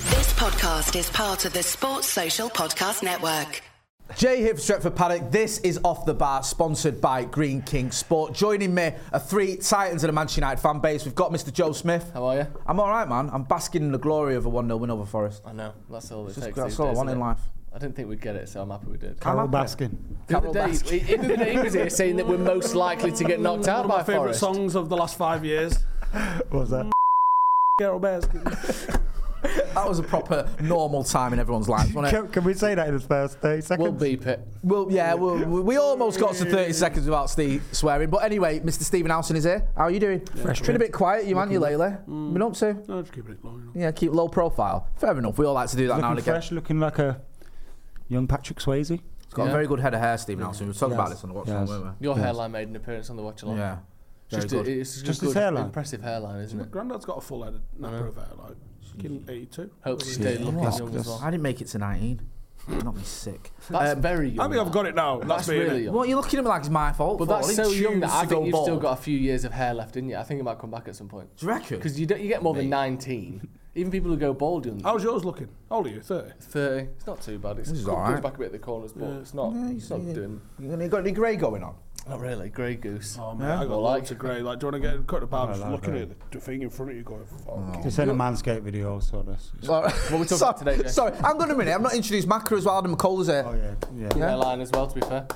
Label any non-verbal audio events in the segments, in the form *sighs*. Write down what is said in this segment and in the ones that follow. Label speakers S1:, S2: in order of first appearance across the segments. S1: podcast is part of the Sports Social Podcast Network.
S2: Jay here for Stretford Paddock. This is Off the Bar, sponsored by Green King Sport. Joining me are three Titans and a Manchester United fan base. We've got Mr. Joe Smith.
S3: How are you?
S2: I'm all right, man. I'm basking in the glory of a 1 0 win over Forest.
S3: I know. That's all it
S2: Just-
S3: takes.
S2: that's
S3: these
S2: all I
S3: days,
S2: want
S3: isn't
S2: in
S3: it?
S2: life.
S3: I didn't think we'd get it, so I'm happy we did.
S2: I'm
S4: Carol
S2: happy.
S4: Baskin.
S3: The other day, he, he- the other day he was here saying that we're most likely to get knocked out by
S5: my favourite
S3: Forest.
S5: songs of the last five years. *laughs*
S4: What was that?
S5: Carol Baskin.
S2: That was a proper normal time in everyone's life, wasn't it?
S4: Can, can we say that in the first 30 seconds?
S3: We'll beep it.
S2: Well, yeah, well, we we almost got to 30 seconds without Steve swearing. But anyway, Mr. Stephen Howson is here. How are you doing? Fresh. Been a bit quiet, you man, you lately. Been up to?
S5: No, just keep it long enough.
S2: Yeah, keep low profile. Fair enough. We all like to do that now and
S4: looking
S2: again.
S4: fresh, looking like a young Patrick Swayze.
S2: He's got a
S3: Yeah.
S2: very good head of hair, Stephen Howson. We were talking about
S4: Yes.
S2: this on the watch
S4: Yes.
S2: along, weren't
S3: Your
S4: Yes.
S3: hairline made an appearance on the watch
S2: we?
S3: along.
S2: Yeah. Very
S3: Just,
S2: good.
S3: a, it's just,
S4: Just
S3: a
S4: his
S3: good,
S4: hairline?
S3: Impressive hairline, isn't it?
S5: Grandad's got a full head of napper of hair, like fucking 82.
S3: Helps you stay looking
S4: That's-
S3: young as
S4: that's-
S3: well.
S2: I didn't make it to 19. Not me
S3: *laughs*
S2: sick.
S3: That's Uh, very young.
S5: I think I've got it now. That's,
S3: That's
S5: me,
S3: really
S5: innit?
S3: young.
S2: What you're looking at me like it's my fault.
S3: But
S2: for?
S3: that's
S2: I
S3: so
S2: didn't
S3: young that
S2: choose
S3: I
S2: to go
S3: think you've still
S2: bald.
S3: got a few years of hair left in you. I think it might come back at some point.
S2: Do you reckon?
S3: Because you, don't- you get more than 19. Even people who go bald young.
S5: How's yours looking? How old are you? 30?
S3: 30. It's not too bad. It's
S2: This is
S3: comes
S2: alright.
S3: back a bit at the corners, but it's not. it's not doing.
S2: you got any grey going
S3: *laughs*
S2: on?
S3: Not really. Grey goose.
S5: Oh, man, I got
S3: Well,
S5: lots
S3: like-
S5: of grey. Like, do you want to get a cut of barb? Just looking at the thing in front of you going, fuck.
S2: Oh.
S4: It's in a Manscaped video also, this.
S2: what
S3: we talking
S2: sorry,
S3: about today, Jay?
S2: Sorry, hang on a minute. I'm not introduced Macker as well. Adam McCall's here.
S4: Oh, yeah. yeah.
S2: Yeah.
S3: Hairline as well, to be fair.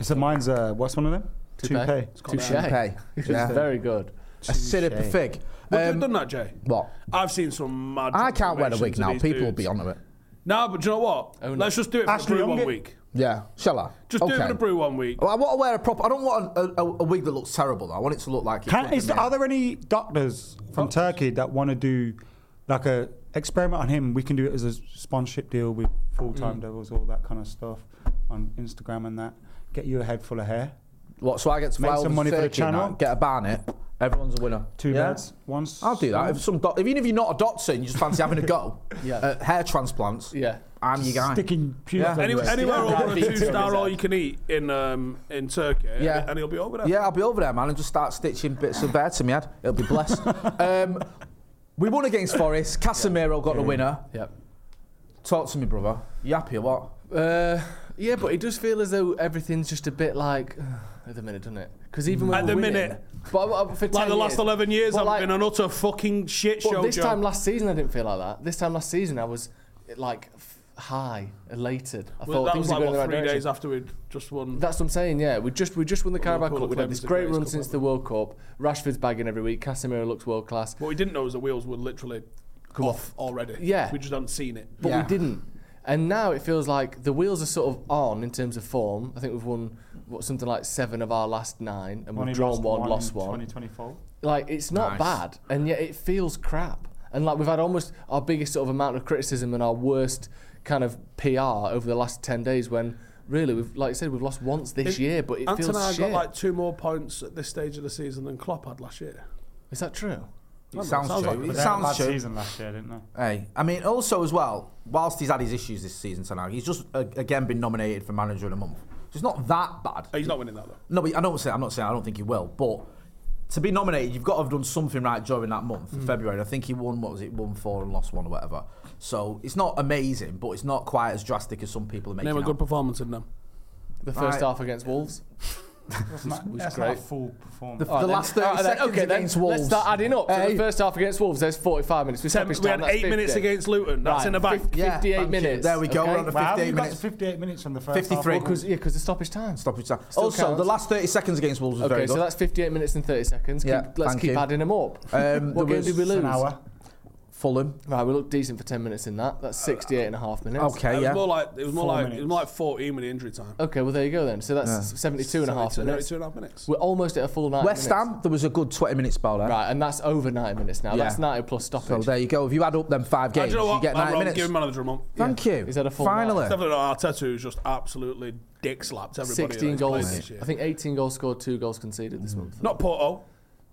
S4: So mine's, uh, what's one of them? Toupee.
S3: Touche.
S2: Toupee.
S3: Which
S2: Yeah.
S3: is very good.
S2: A syrup
S4: Touche.
S2: fig.
S5: Would you have
S2: Um,
S5: done that, Jay?
S2: what?
S5: I've seen some mad.
S2: I can't wear a wig
S5: transformations of
S2: now.
S5: these
S2: People will
S5: dudes.
S2: be onto it.
S5: No, but do you know what?
S3: Oh, no.
S5: Let's just do it for
S4: Ashley
S5: the brew one
S4: Young-
S5: week.
S2: Yeah. Shall I?
S5: Just do it for the brew one week.
S2: Well, I want to wear a proper. I don't want a, a, a wig that looks terrible. Though. I want it to look like. it's
S4: Can,
S2: looking
S4: is,
S2: at me.
S4: are there any doctors from Turkey that want to do like a experiment on him? We can do it as a sponsorship deal with full
S2: Mm.
S4: time devils, all that kind of stuff on Instagram and that. Get you a head full of hair.
S2: What? So I get to
S4: Make
S2: fly over
S4: some
S2: to
S4: money for the
S2: Turkey now,
S4: channel.
S2: get a barnet. Everyone's a winner.
S4: Two
S2: Yeah?
S4: beds, one.
S2: I'll do that. If some doc- even if you're not a doctor and you just fancy having a go
S3: *laughs* Yeah.
S2: at hair transplants,
S3: Yeah.
S2: I'm your guy.
S4: Sticking pubes.
S2: Yeah.
S4: on
S5: Anywhere,
S4: your-
S5: anywhere over a
S3: Beats him,
S5: two
S3: is
S5: star
S3: it?
S5: all you can eat in um, in Turkey,
S2: Yeah.
S5: and he'll be over there.
S2: Yeah, I'll be over there, man, and just start stitching bits of hair to me head. It'll be
S4: *laughs*
S2: blessed. um, we won against Forest. Casemiro got the winner.
S3: Yep.
S2: Talk to me, brother. You happy or what?
S3: Uh, yeah, but it does feel as though everything's just a bit like *sighs* at the minute, doesn't it? Because even when
S5: At
S3: we're
S5: the
S3: winning-
S5: minute.
S3: but, but for 10
S5: Like the last
S3: years-
S5: 11 years,
S3: but
S5: I've
S3: like-
S5: been an utter fucking shit
S3: But
S5: show.
S3: this
S5: Joe.
S3: time last season, I didn't feel like that. This time last season, I was eh, like f- high, elated. I
S5: well,
S3: thought
S5: that
S3: things
S5: was
S3: were
S5: like
S3: going
S5: what,
S3: in the
S5: three
S3: right
S5: days
S3: direction.
S5: after we'd just won.
S3: That's what I'm saying. Yeah, we just we just won the Carabao
S5: Liverpool
S3: Cup. We've had
S5: claims
S3: this
S5: the
S3: great
S5: greatest
S3: run
S5: cup
S3: since
S5: ever.
S3: the World Cup. Rashford's bagging every week. Casemiro looks world class.
S5: what we didn't know was the wheels were literally off already.
S3: Yeah.
S5: we just hadn't seen it.
S3: but
S2: Yeah.
S3: we didn't. And now it feels like the wheels are sort of on in terms of form. I think we've won what something like seven of our last nine, and we've
S4: Only
S3: drawn one, lost
S4: in
S3: one.
S4: 2024.
S3: Like it's
S2: Nice.
S3: not bad, and yet it feels crap. And like we've had almost our biggest sort of amount of criticism and our worst kind of PR over the last ten days. When really we've, like I said, we've lost once this
S5: If-
S3: year, but it
S5: Anton and I
S3: feels
S5: got
S3: shit.
S5: like two more points at this stage of the season than Klopp had last year.
S3: Is that true?
S2: It sounds,
S5: sounds
S2: true.
S5: like-
S2: it
S4: But they had a
S2: sounds
S4: bad
S2: true.
S4: season last year, didn't they?
S2: Hey, I mean, also as well, whilst he's had his issues this season so now, he's just uh, again been nominated for manager of the month. So it's not that bad.
S5: Oh, he's not winning that though.
S2: No, but I don't say I'm not saying I don't think he will, but to be nominated, you've got to have done something right during that month,
S3: Mm.
S2: February. And I think he won what was it, won four and lost one or whatever. So it's not amazing, but it's not quite as drastic as some people are making.
S5: Name a
S2: out.
S5: good performance in them.
S3: The first
S2: Right.
S3: half against Wolves.
S4: That's not,
S3: was
S4: that's not
S3: great.
S4: a full performance.
S2: The- the last 30
S3: Alright then,
S2: seconds
S3: okay, then,
S2: against Wolves.
S3: Let's start adding up. So
S2: Hey.
S3: the first half against Wolves, there's 45 minutes. We,
S5: Ten,
S3: stoppage
S5: we
S3: time,
S5: had
S3: that's
S5: eight
S3: 50.
S5: minutes against Luton. That's
S3: Right,
S5: in the back.
S3: fif-
S2: Yeah,
S3: 58
S2: thank you.
S3: minutes.
S2: There we go,
S3: okay?
S2: we're on the
S4: Well,
S2: 58
S4: you got to
S2: minutes.
S4: 58 minutes from the first
S2: 53.
S4: half.
S3: Because yeah, because the stoppage time.
S2: Stoppage time.
S3: Still
S2: Also,
S3: counts.
S2: the last 30 seconds against Wolves was
S3: Okay,
S2: very
S3: so
S2: good.
S3: that's 58 minutes and 30 seconds.
S2: Yeah,
S3: keep, let's
S2: thank
S3: keep
S2: you.
S3: adding them up.
S2: Um,
S3: what
S2: there
S3: game did
S2: was
S3: we
S4: It's
S3: lose?
S4: An hour.
S2: Fulham.
S3: Right, we looked decent for 10 minutes in that. That's 68 and a half minutes.
S2: Uh, Okay,
S5: it
S2: yeah.
S5: was more like it was more
S4: Four
S5: like it was
S4: minutes.
S5: more like 14 with the injury time.
S3: Okay, well, there you go then. So that's 72 and a half
S5: Seventy-two,
S3: minutes.
S5: two and a half minutes.
S3: We're almost at a full 90
S2: West
S3: minutes.
S2: Ham, there was a good 20 minute spell there.
S3: Right, and that's over 90 minutes now.
S2: Yeah.
S3: That's 90 plus stoppage.
S2: So there you go. If you add up them five
S5: And
S2: games,
S5: do you know
S2: you
S5: what?
S2: get
S5: I'm
S2: 90
S5: wrong.
S2: minutes.
S5: Give him manager a month.
S2: Thank you.
S3: He's had a full
S2: Finally.
S5: Definitely not Arteta, who's just absolutely dick slapped everybody.
S3: 16
S5: that's played
S3: goals.
S5: this year.
S3: I think 18 goals scored, two goals conceded
S2: Mm.
S3: this month.
S5: Not Porto,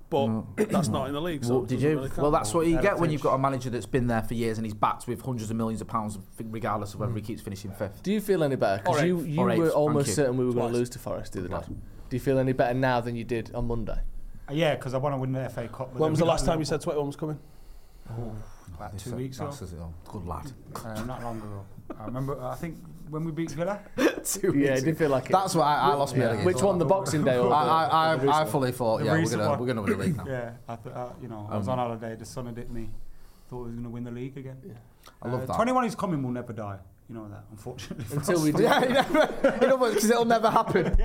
S5: but *clears throat* that's not in the league. So
S2: Well,
S5: it
S2: did
S5: doesn't
S2: you?
S5: really count.
S2: well, that's what you get when you've got a manager that's been there for years and he's backed with hundreds of millions of pounds, regardless of whether
S4: Hmm.
S2: he keeps finishing fifth.
S3: Do you feel any better?
S5: Or
S3: Because you,
S5: eighth.
S3: you
S2: Or eighth,
S3: were
S2: thank
S3: almost
S2: you.
S3: certain we were going
S5: Twice.
S3: to lose to Forest the other day. Do you feel any better now than you did on Monday?
S4: Yeah, because Uh, I want to win the FA Cup. but
S5: When was the
S4: then we
S5: last
S4: got
S5: time you said 21 was coming?
S4: Liverpool. about
S2: It's
S4: two
S2: a-
S4: weeks ago.
S2: that's it all. Good
S4: *laughs*
S2: lad. *laughs*
S4: Uh, not long ago. I remember. I think when we beat Villa.
S2: Two
S3: Yeah,
S2: weeks
S3: it did feel like it.
S2: That's why I, I lost my
S3: Yeah.
S2: head against
S3: Which
S2: all
S3: one, the
S2: that.
S3: Boxing Day
S2: *laughs*
S3: or the,
S2: I,
S4: The
S2: I, I, I
S4: recent-
S2: fully thought,
S4: the
S2: yeah, we're
S4: recent
S2: gonna
S4: one.
S2: we're gonna win the league now.
S4: *laughs* Yeah, I th- uh, you know, I was
S2: Um,
S4: on holiday. The sun had hit me. Thought we was going to win the league again.
S2: I love that.
S4: 21 is coming. We'll never die. You know that, unfortunately. for
S3: Until
S4: us.
S3: we
S2: *laughs*
S3: do.
S2: Yeah, you never, you know because it'll never
S4: *laughs*
S2: happen.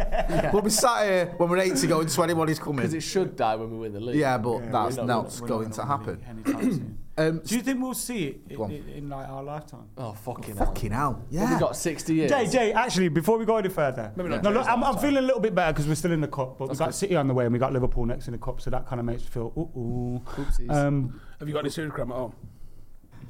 S2: We'll be sat here when we're 80 going 21 is coming.
S3: Because it should die when we win the league.
S2: yeah, but that's
S4: we're
S2: not,
S4: not we're not
S2: going to
S4: gonna win
S2: happen.
S4: the league anytime soon.
S2: Um,
S4: Do you think we'll see it in,
S2: Go on.
S4: in, in like our lifetime?
S3: Oh, fucking hell.
S2: fucking hell.
S3: Well,
S2: Yeah.
S3: we got 60 years.
S4: Jay, Jay, actually, before we go any further,
S3: Maybe not
S4: no,
S3: Jay's
S4: look, I'm, I'm
S3: lifetime.
S4: feeling a little bit better because we're still in the cup, but we
S3: That's
S4: got
S3: good.
S4: City on the way and we got Liverpool next in the cup, so that kind of makes me feel ooh
S3: Oopsies.
S4: ooh. Um,
S5: Have you got any Instagram at home?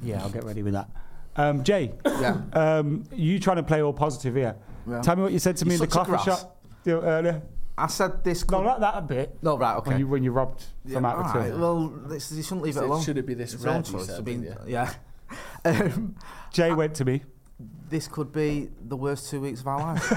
S4: yeah, I'll get ready with that. Um, Jay,
S2: yeah.
S4: um, you trying to play all positive here?
S2: Yeah.
S4: Tell me what you said to me
S2: You're
S4: in the
S2: such a
S4: coffee
S2: grass.
S4: shop the- earlier.
S2: I said this.
S4: No,
S2: Could,
S4: not that a bit.
S2: no, right,
S4: When
S2: okay.
S4: you when you robbed
S2: Yeah,
S4: from out
S2: all
S4: of
S2: right, Well, this, you shouldn't leave it
S3: Said,
S2: alone.
S3: "Should it be this
S2: It's your own
S3: red?" you
S2: choice to
S3: said,
S2: be-
S3: didn't
S2: yeah. *laughs* um,
S4: Jay went to me. *laughs*
S2: this could be the worst two weeks of our lives.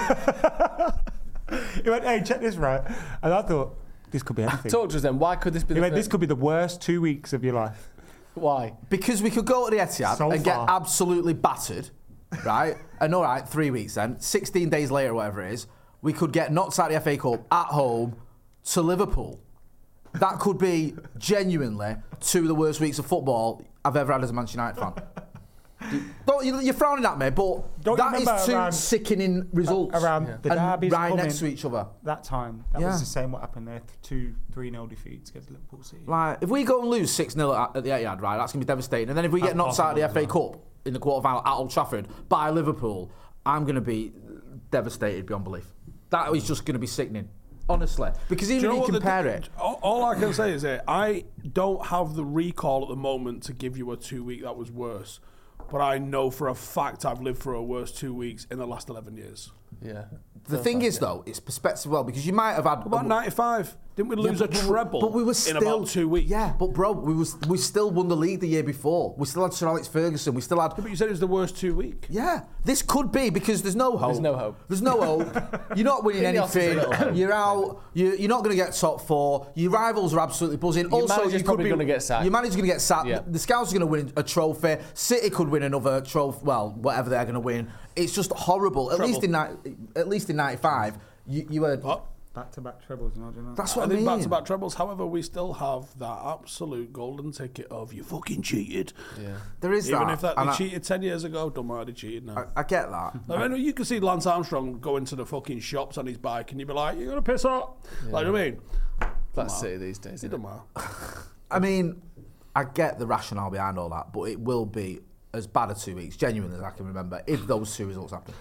S4: He went, "Hey, check this right," and I thought this could be anything.
S3: Talk to us then. Why could this be
S4: He
S3: the
S4: went,
S3: first-
S4: "This could be the worst two weeks of your life."
S3: Why?
S2: Because we could go to the Etihad
S4: So
S2: and get
S4: far.
S2: absolutely battered,
S4: *laughs*
S2: right? and all right, three weeks then, 16 days later, whatever it is, we could get knocked out of the FA Cup at home to Liverpool. That could be genuinely two of the worst weeks of football I've ever had as a Manchester United fan. Do- Don't, you- you're frowning at me, but
S4: Don't you
S2: that
S4: remember
S2: is two
S4: around-
S2: sickening results.
S4: around the
S2: and
S4: derbies
S2: right
S4: coming.
S2: next to each other.
S4: That time, that
S2: Yeah.
S4: was the same. What happened there? Two, three nil defeats against Liverpool City.
S2: Like, if we go and lose 6 0 at, at the Etihad, right, that's going to be devastating. And then if we get
S4: That's
S2: knocked out of the FA
S4: possible
S2: Cup in the quarter final at Old Trafford by Liverpool, I'm going to be devastated beyond belief. That is just going to be sickening, honestly. Because even
S5: Do you know
S2: if
S5: what
S2: you
S5: the-
S2: compare it,
S5: All, all I can say is that I don't have the recall at the moment to give you a two week that was worse, but I know for a fact I've lived through a worse two weeks in the last eleven years.
S3: Yeah.
S2: the thing is, though, it's perspective as well, because you might have had.
S5: About ninety five, didn't we
S2: Yeah,
S5: lose
S2: but-
S5: a treble?
S2: but we were
S5: in
S2: still
S5: about two weeks.
S2: Yeah, but bro, we was we still won the league the year before. We still had Sir Alex Ferguson. We still had
S5: But you said it was the worst two week.
S2: Yeah, this could be because there's no hope.
S3: There's no hope.
S2: There's no hope. You're not
S5: *laughs*
S2: winning
S3: Ineos is a
S2: anything.
S3: little hope.
S2: You're out. You, you're not going to get top four. Your rivals are absolutely buzzing. also,
S3: manager's
S2: you could
S3: probably
S2: be
S3: gonna get sacked.
S2: Your manager's going to get sacked.
S3: Yeah.
S2: The Scouts are going to win a trophy. City could win another trophy. Well, whatever they're going to win. It's just horrible. At
S5: Treble.
S2: least in ni- at least in '95, you, you were.
S5: But
S4: Back to back trebles, no, do you know?
S2: That's what I,
S5: I think
S2: mean.
S5: back to back trebles. However, we still have that absolute golden ticket of you fucking cheated.
S3: Yeah.
S2: There is
S5: Even
S2: that.
S5: if that they
S2: and I-
S5: cheated ten years ago, don't matter they cheated now.
S2: I, I get that.
S5: I mean, you can see Lance Armstrong going to the fucking shops on his bike, and you'd be like, "You're gonna piss up." Like, you know what I mean,
S3: That's City these days.
S5: it
S3: isn't
S5: don't
S3: it?
S5: matter.
S2: I mean, I get the rationale behind all that, but it will be as bad a two weeks, genuinely, as I can remember, if those two results happen.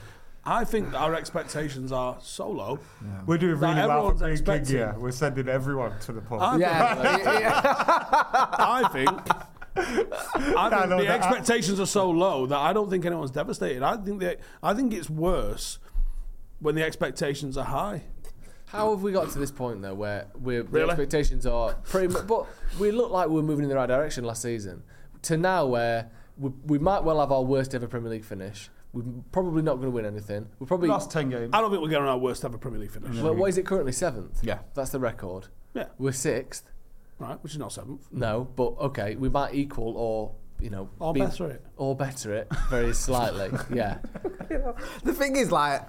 S5: I think our expectations are so low.
S4: We're doing
S5: That
S4: really well
S5: everyone's
S4: for being King
S5: expecting.
S4: here. We're sending everyone to the pub.
S5: I
S2: Yeah, *laughs*
S5: I think, I think
S4: know
S5: the
S4: that.
S5: expectations are so low that I don't think anyone's devastated. I think that I think it's worse when the expectations are high.
S3: How have we got to this point though, where we're, the
S5: Really?
S3: expectations are pretty much? But we looked like we were moving in the right direction last season. To now, where we, we might well have our worst ever Premier League finish. We're probably not going to win anything. We're probably.
S4: Last 10 games.
S5: I don't think we're going on our worst ever Premier League finish.
S3: well, what is it currently? Seventh.
S2: Yeah.
S3: That's the record.
S5: Yeah,
S3: We're sixth.
S5: right, which is not seventh.
S3: No, but okay, we might equal or you know
S5: Or
S3: be-
S5: better it.
S3: or better it very
S5: *laughs*
S3: slightly. yeah.
S2: yeah. the thing is, like,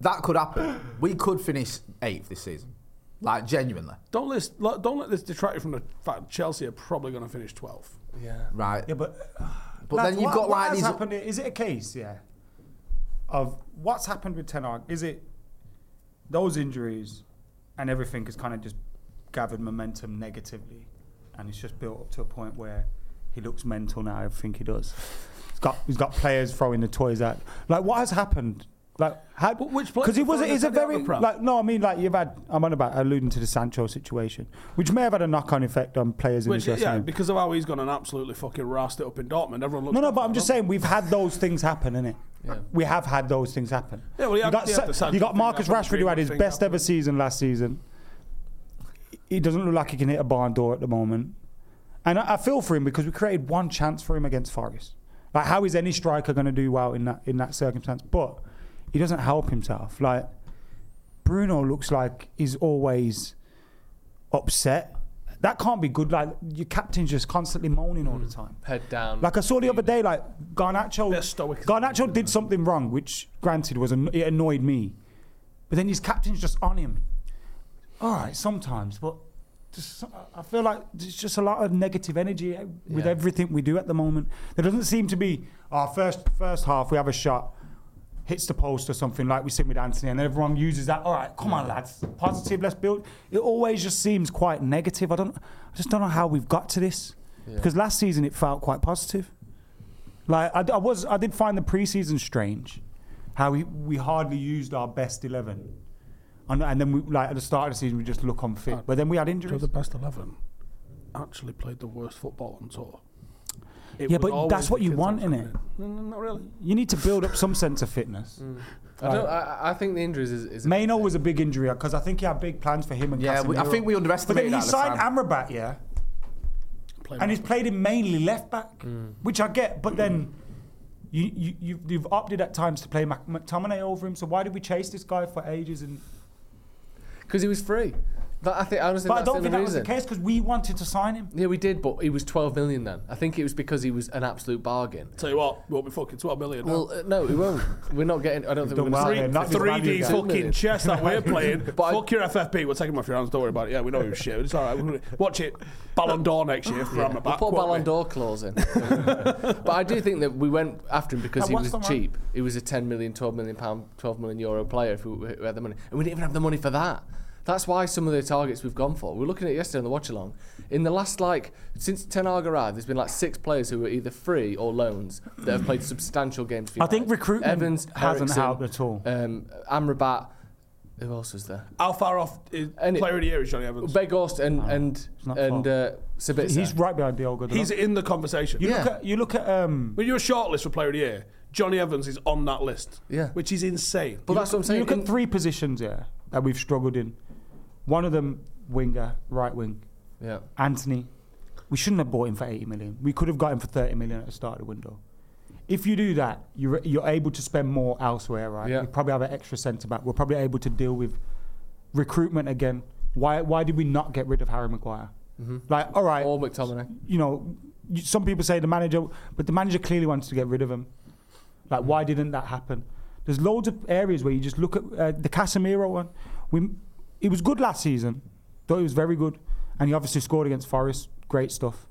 S2: that could happen. We could finish eighth this season, like genuinely,
S5: Don't let don't let this detract you from the fact Chelsea are probably going to finish 12th.
S3: Yeah.
S2: right?
S4: yeah, but
S2: But
S4: Lads,
S2: then you've
S4: what,
S2: got
S4: what
S2: like
S4: has
S2: these.
S4: happened. here- Is it a case, yeah, of what's happened with Ten Hag? Is it those injuries and everything has kind of just gathered momentum negatively, and it's just built up to a point where he looks mental now. Everything he does, he's got he's got players throwing the toys out. Like what has happened? Like how?
S5: But which players
S4: Because he
S5: are
S4: was
S5: throwing
S4: he's
S5: the
S4: a
S5: teddy out
S4: very
S5: the pram?
S4: like no. I mean like you've had I'm on about alluding to the Sancho situation, which may have had a knock on effect on players in
S5: Which,
S4: the dressing
S5: yeah,
S4: room.
S5: because of how he's gone and absolutely fucking rasped it up in Dortmund. Everyone looks
S4: No, no,
S5: back
S4: but
S5: at
S4: I'm just
S5: him.
S4: saying we've had those things happen, innit? We have had those things happen.
S5: Yeah, well, he
S4: you
S5: had-
S4: got,
S5: he
S4: Sa-
S5: had the Sancho
S4: you got
S5: thing
S4: Marcus
S5: happen, the
S4: Rashford who had
S5: Greenwood
S4: his
S5: thing
S4: best
S5: happen.
S4: ever season last season. He doesn't look like he can hit a barn door at the moment, and I, I feel for him because we created one chance for him against Forest. Like, how is any striker going to do well in that in that circumstance? But he doesn't help himself. Like Bruno looks like he's always upset That can't be good. Like your captain's just constantly moaning all
S5: Mm.
S4: the time.
S3: Head down.
S4: Like I saw the other day, like Garnacho.
S5: Bit of stoicism,
S4: Garnacho Oh, did something wrong, which granted was an, it annoyed me, but then his captain's just on him. All right, sometimes, but just, so- I feel like there's just a lot of negative energy eh, with
S3: Yeah.
S4: everything we do at the moment. There doesn't seem to be our first first half. We have a shot. Hits the post or something like we seen with Anthony, and everyone uses that. All right, come on, lads, positive. Let's build. It always just seems quite negative. I don't, I just don't know how we've got to this because last season it felt quite positive. Like I, d- I was, I did find the preseason strange, how we, we hardly used our best eleven, and, and then we, like at the start of the season we just look on fit, but then we had
S5: Two of
S4: injuries.
S5: the best eleven actually played the worst football on tour. It
S4: Yeah,
S5: was
S4: but
S5: always
S4: that's what
S5: the
S4: you
S5: kids
S4: want,
S5: that
S4: innit?
S5: come in. No, no, not really.
S4: You need to build up some sense of fitness.
S2: Mm.
S3: I, don't, I, I think the injuries is. is
S4: Maino was a big injury because I think he had big plans for him and
S2: Yeah, we, I
S4: Casemiro.
S2: think we
S4: But
S2: underestimated
S4: then he
S2: that. at the
S4: signed
S2: time.
S4: Amrabat, yeah,
S5: Playing
S4: and he's played him mainly left back,
S2: Mm.
S4: which I get. But then you, you you've, you've opted at times to play Mac- McTominay over him. So why did we chase this guy for ages? And
S3: because he was free. That, I think honestly,
S4: but I
S3: that's
S4: don't
S3: the
S4: think that
S3: only
S4: was the
S3: reason.
S4: case because we wanted to sign him.
S3: Yeah, we did, but he was 12 million then. I think it was because he was an absolute bargain.
S5: Tell you what, won't be fucking twelve million. now.
S3: Well, uh, no, he won't. We're not getting. I don't think we're
S4: done
S3: gonna
S4: well
S3: sign
S4: then.
S3: him.
S4: Not
S5: Three-
S4: his value
S5: 3D
S4: again.
S5: fucking chess
S4: *laughs*
S5: that we're playing.
S3: I-
S5: Fuck your FFP. We're taking him off your hands. Don't worry about it. Yeah, we know he was shit. It's all right. We're gonna- Watch it. Ballon d'Or next year for yeah.
S3: We'll put a Ballon d'Or clause in. *laughs* but I do think that we went after him because
S4: And
S3: he
S4: what's
S3: was
S4: the mar-
S3: cheap. He was a 10 million, 12 million pound, 12 million euro player if we, we had the money. And we didn't even have the money for that. That's why some of the targets we've gone for. We were looking at it yesterday on the watch along. In the last, like, since Ten Hag arrived, there's been like six players who were either free or loans that have played substantial games for
S4: I think
S3: United.
S4: recruitment
S3: Evans,
S4: hasn't
S3: Eriksen,
S4: helped at all.
S3: Um, Amrabat, who else was there?
S5: How far off is
S3: And it-
S5: player of the year is Johnny Evans?
S3: Begorst and and
S4: not
S3: and
S4: far.
S3: uh, Sabitzer.
S4: He's right behind Diogo. Dalot.
S5: He's in the conversation.
S4: you
S3: Yeah.
S4: look at you look at um.
S5: When you're shortlist for player of the year, Johnny Evans is on that list.
S3: Yeah.
S5: Which is insane.
S3: but that's what I'm saying.
S4: You look
S3: in-
S4: at three positions here that we've struggled in. One of them, winger, right wing.
S3: Yeah.
S4: Anthony, we shouldn't have bought him for 80 million. We could have got him for 30 million at the start of the window. If you do that, you're, you're able to spend more elsewhere, right?
S3: Yeah.
S4: We probably have an extra centre back. We're probably able to deal with recruitment again. Why, why did we not get rid of Harry Maguire?
S3: Mm-hmm.
S4: Like, all right,
S3: Or McTominay.
S4: you know, you- some people say the manager, but the manager clearly wants to get rid of him. Like, why didn't that happen? There's loads of areas where you just look at uh, the Casemiro one. We, it was good last season, though it was very good, and he obviously scored against Forest. Great stuff.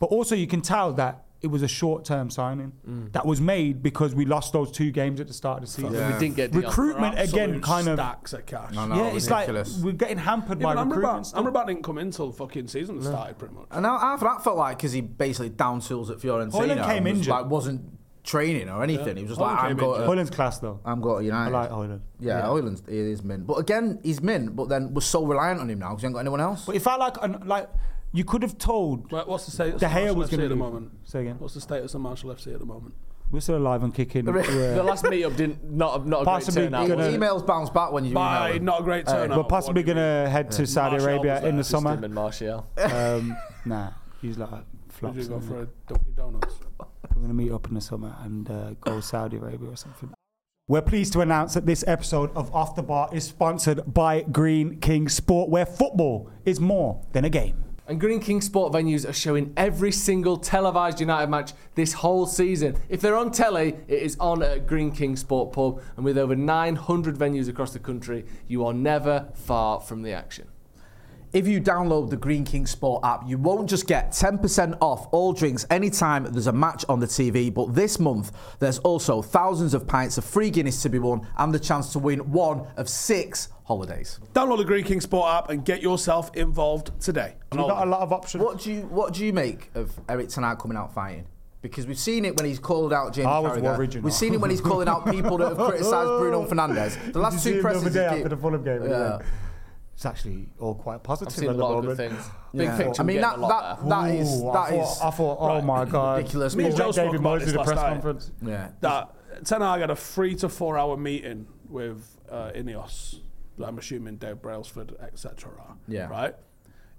S4: But also, you can tell that it was a short-term signing that was made because we lost those two games at the start of the season.
S3: We didn't get Dion.
S5: They're
S4: Recruitment again,
S5: absolute
S4: kind of.
S5: stacks of cash.
S2: No, no,
S4: Yeah, it's like
S2: ridiculous.
S4: we're getting hampered
S5: Yeah,
S4: by
S5: but
S4: recruitment.
S5: Amrabat,
S4: stuff.
S5: Amrabat didn't come in until the fucking season had started, pretty much.
S2: And now after that felt like because he basically down tools at Fiorentina.
S4: Hoyland
S2: and
S4: came
S2: was,
S4: injured.
S2: Like wasn't training or anything. He was just
S5: Hoyland
S2: like, I'm
S5: came
S2: going.
S5: injured.
S2: To,
S4: Hoyland's class, though.
S2: I'm going to
S4: I
S2: United.
S4: like Hoyland.
S2: yeah, Hoyland's he is mint, but again he's mint. But then we're so reliant on him now because we haven't got anyone else.
S4: But it felt like an, like you could have told
S5: Right, what's the status
S4: De
S5: of
S4: Gea
S5: Marshall
S4: was
S5: FC
S4: going to
S5: at the moment?
S4: Say again.
S5: What's the status of Marshall FC at the moment?
S4: We're still alive and kicking.
S3: The
S4: We're,
S3: last meetup didn't not not a
S4: Possibly
S3: great turnout.
S4: gonna-
S3: was
S2: His
S3: it?
S2: emails bounce back when you email
S5: By
S2: him.
S5: not a great turnout.
S4: Uh, we're possibly
S5: what do you
S4: going to head to Saudi
S5: Martial was
S4: Arabia
S5: there,
S4: in the
S5: just
S4: summer.
S3: Just him and Martial.
S5: *laughs*
S4: Um, nah, he's like
S5: mean?
S4: flops.
S5: Would you
S4: isn't
S5: go
S4: he?
S5: for a Dunkin' Donuts?
S4: We're going to meet up in the summer and uh,
S5: *laughs*
S4: go to Saudi Arabia or something. We're pleased to announce that this episode of Off the Bar is sponsored by Green King Sport, where football is more than a game.
S3: And Green King Sport venues are showing every single televised United match this whole season. If they're on telly, it is on at Green King Sport Pub. And with over 900 venues across the country, you are never far from the action.
S2: If you download the Green King Sport app, you won't just get 10% off all drinks anytime there's a match on the TV, but this month there's also thousands of pints of free Guinness to be won and the chance to win one of six holidays.
S5: Download the Green King Sport app and get yourself involved today. And
S4: We've
S5: all
S4: got a
S5: that.
S4: lot of options.
S2: What do you what do you make of Eric Tanag coming out fighting? Because we've seen it when he's called out James
S4: I was
S2: Carragher.
S4: worried, you know.
S2: We've seen it when he's calling out people that have criticised
S4: *laughs*
S2: Bruno Fernandez. The
S4: Did you
S2: last
S4: see
S2: two
S4: him
S2: presses
S4: the other day
S2: he
S4: after
S2: gave-
S4: the Fulham game. and he
S2: Yeah.
S4: went, It's actually all quite positive
S3: I've seen a
S4: at the
S3: lot of
S4: moment.
S3: good things. Big
S2: Yeah.
S3: picture.
S2: I mean
S3: we're
S2: that
S3: getting a lot
S2: that, that is
S4: Ooh, I
S2: that
S4: thought-
S2: is
S4: I thought, oh my god,
S2: ridiculous.
S5: Me and
S2: But-
S5: Joe spoke
S4: David
S5: about
S4: Moyes
S5: this
S4: did a
S5: last
S4: press
S5: night.
S4: conference.
S2: yeah.
S5: That Ten Hag had a three to four hour meeting with uh, Ineos. I'm assuming Dave Brailsford, etc.
S2: Yeah.
S5: Right.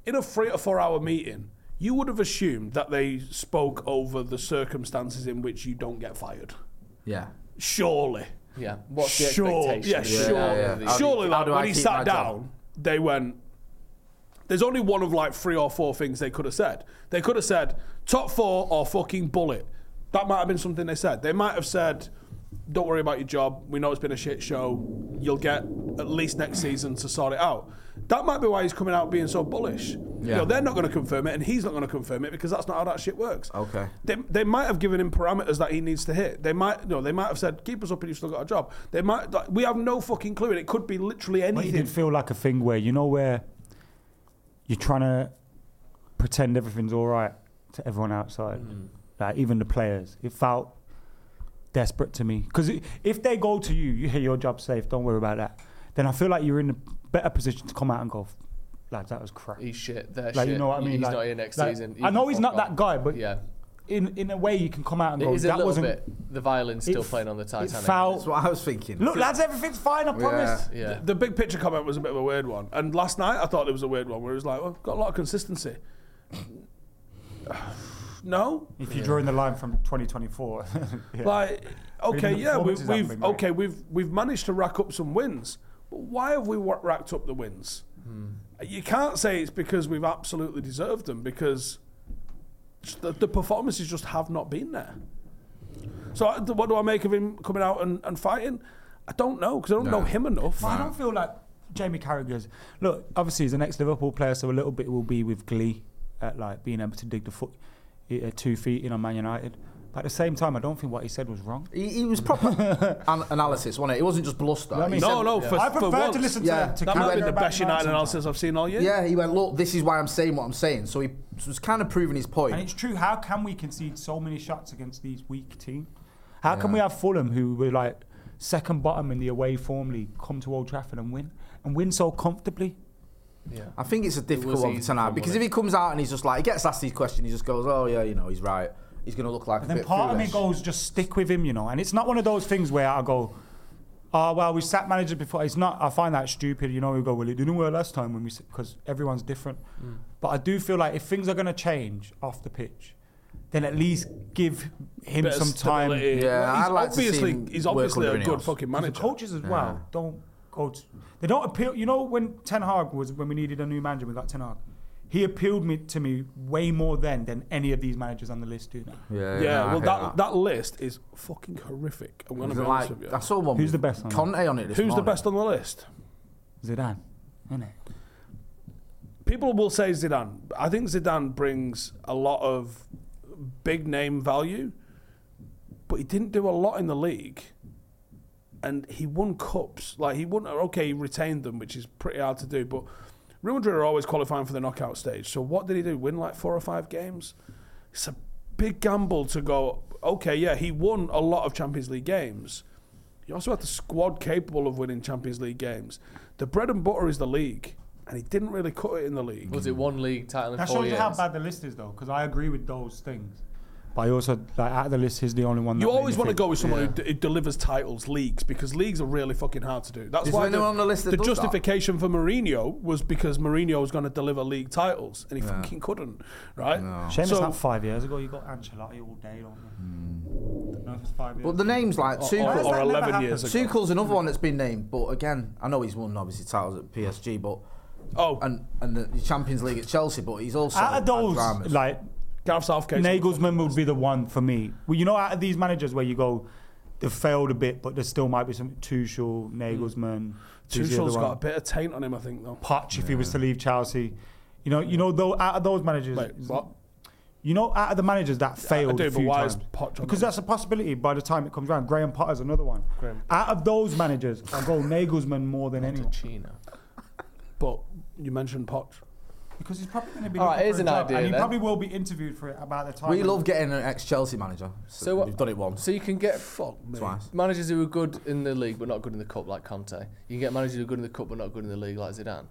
S5: In a three to four hour meeting, you would have assumed that they spoke over the circumstances in which you don't get fired.
S2: Yeah.
S5: Surely.
S3: there. Yeah. What's the
S5: Sure,
S3: expectation?
S5: Yeah,
S3: Yeah,
S5: sure.
S2: yeah. How do you-
S5: Surely,
S2: how
S5: like,
S2: do I
S5: when he
S2: keep my job?
S5: sat down, they went, There's only one of like three or four things they could have said. They could have said top four or fucking bullet. That might have been something they said. They might have said, "Don't worry about your job. We know it's been a shit show. You'll get at least next season to sort it out." That might be why he's coming out being so bullish. You
S2: Yeah.
S5: know, they're not going to confirm it, and he's not going to confirm it because that's not how that shit works.
S2: Okay.
S5: They, they might have given him parameters that he needs to hit. They might no. They might have said, "Keep us up, and you've still got a job." They might. Like, we have no fucking clue, and it could be literally
S4: But it
S5: anything.
S4: did feel like a thing where you know where you're trying to pretend everything's all right to everyone outside,
S3: Mm.
S4: like even the players. It felt desperate to me because if they go to you, you hear your job safe. Don't worry about that. Then I feel like you're in a better position to come out and go, lads, that was crap.
S3: He's shit. They're
S4: Like
S3: shit.
S4: you know what I mean?
S3: He's
S4: like,
S3: not here next
S4: like,
S3: season.
S4: I know he's not that guy, but
S3: Yeah,
S4: in in a way you can come out and
S3: it
S4: go,
S3: is a
S4: that
S3: little
S4: wasn't.
S3: bit. The violin's
S4: it
S3: still
S4: f-
S3: playing on the Titanic.
S4: It felt.
S2: That's what I was thinking.
S3: *laughs*
S4: Look, lads, everything's fine. I promise.
S3: Yeah.
S5: The big picture comment was a bit of a weird one, and last night I thought it was a weird one where it was like, "Well, got a lot of consistency." *sighs* no,
S4: If you're drawing the line from 2024, *laughs* yeah.
S5: like okay,
S4: the
S5: yeah, we've,
S4: performances haven't been
S5: we've
S4: great.
S5: okay, we've we've managed to rack up some wins, but why have we wa- racked up the wins? You can't say it's because we've absolutely deserved them because the, the performances just have not been there. So I- what do I make of him coming out and, and fighting? I don't know because I don't know him enough.
S4: But I don't feel like Jamie Carragher's. Look, obviously he's an ex Liverpool player, so a little bit will be with glee at like being able to dig the foot uh, two feet in on Man United. But at the same time, I don't think what he said was wrong.
S2: He, he was proper
S4: *laughs*
S2: an- analysis, wasn't it? It wasn't just bluster.
S4: I mean,
S2: He
S5: No, no. For,
S4: I
S5: for
S4: prefer
S5: once.
S4: to listen
S2: Yeah.
S4: to, to
S5: That might have been the
S4: Carragher
S5: best
S4: about
S5: United
S4: United
S5: analysis I've seen all year.
S2: Yeah, he went, look, this is why I'm saying what I'm saying. So he was kind of proving his
S4: And
S2: point.
S4: it's true. How can we concede so many shots against these weak teams? How can we have Fulham, who were like second bottom in the away form league, come to Old Trafford and win and win so comfortably?
S3: yeah.
S2: I think it's a difficult
S3: was
S2: one for
S3: easy for
S2: tonight
S3: him,
S2: because if
S3: wasn't
S2: he comes out and he's just like, he gets asked these questions, he just goes, oh, yeah, you know, he's right. He's going to look like a
S4: And then
S2: bit
S4: part of me
S2: foolish.
S4: goes, just stick with him, you know. And it's not one of those things where I go, oh, well, we sat managers before. It's not, I find that stupid, you know. We go, well, it didn't work last time when we, because everyone's different.
S2: Mm.
S4: But I do feel like if things are going to change off the pitch, then at least give him
S5: Bit of
S4: some time.
S5: stability.
S2: Yeah,
S5: he's
S2: I'd like to see
S5: obviously
S2: him
S5: he's
S2: work
S5: obviously
S2: under
S5: a
S2: anyone
S5: good
S2: else.
S5: fucking
S4: Because
S5: manager.
S4: The coaches as well don't go. To, they don't appeal. You know when Ten Hag was when we needed a new manager, we got Ten Hag. He appealed me to me way more then than any of these managers on the list do. now.
S2: Yeah,
S5: Yeah,
S2: no, I
S5: well,
S2: get
S5: that, that list is fucking horrific. I'm gonna
S2: Is
S5: be
S2: it
S5: honest with
S2: like, I
S5: you.
S2: saw one. with
S4: Who's the best on it?
S2: Conte on it. This
S5: Who's the
S2: morning.
S5: best on the list?
S4: Zidane, isn't it?
S5: People will say Zidane. I think Zidane brings a lot of big name value, but he didn't do a lot in the league. And he won cups. Like he won okay, he retained them, which is pretty hard to do, but Real Madrid are always qualifying for the knockout stage. So what did he do? Win like four or five games? It's a big gamble to go, okay, yeah, he won a lot of Champions League games. He also had the squad capable of winning Champions League games. The bread and butter is the league, and he didn't really cut it in the league.
S3: Was it one league title in
S4: That
S3: four
S4: shows you
S3: years?
S4: how bad the list is, though, because I agree with those things. But I also like out of the list, he's the only one.
S5: You
S4: that made
S5: always
S4: me
S5: want to
S4: think-
S5: go with someone who, d- who delivers titles, leagues, because leagues are really fucking hard to do. That's
S2: Is
S5: why
S2: there anyone
S5: the,
S2: on the list that
S5: the
S2: does that?
S5: justification for Mourinho was because Mourinho was going to deliver league titles, and he fucking couldn't, right?
S4: Shame it's
S5: So-
S4: not five years ago. You got Ancelotti all day, don't you? No, if it's five years.
S2: But the name's like
S5: Or,
S2: Tuchel.
S5: or
S4: that never
S5: 11
S4: happened?
S5: years ago.
S2: Tuchel's another one that's been named, but again, I know he's won obviously titles at PSG, but
S5: Oh, and
S2: and and the Champions League at Chelsea, but he's also
S4: out of
S2: had
S4: those,
S2: dramas.
S4: like
S5: Gareth Southgate.
S4: Nagelsmann would be the one for me. Well, you know, out of these managers where you go, they've failed a bit, but there still might be some Tuchel, Nagelsmann. who's the other
S5: Tuchel's
S4: one?
S5: got a bit of taint on him, I think, though.
S4: Poch if he was to leave Chelsea. You know, you know, though, out of those managers,
S5: Wait, what?
S4: you know, out of the managers that failed
S5: do,
S4: a
S5: but
S4: few
S5: why is
S4: times,
S5: Poch on
S4: because
S5: that
S4: that's a possibility. By the time it comes round, Graham Potter's another one. Out of those managers, I go Nagelsmann more than anyone
S3: Chino.
S5: But you mentioned Poch.
S4: because he's probably going to be.
S3: All
S4: looking
S3: right, here's
S4: for a
S3: an
S4: job,
S3: idea
S4: and he
S3: then.
S4: probably will be interviewed for it about the time.
S2: we
S4: when-
S2: love getting an ex-Chelsea manager. So,
S3: So what-
S2: we've done it once,
S3: So you can get
S5: Fuck me.
S2: twice.
S3: managers who are good in the league but not good in the cup, like Conte. You can get managers who are good in the cup but not good in the league, like Zidane.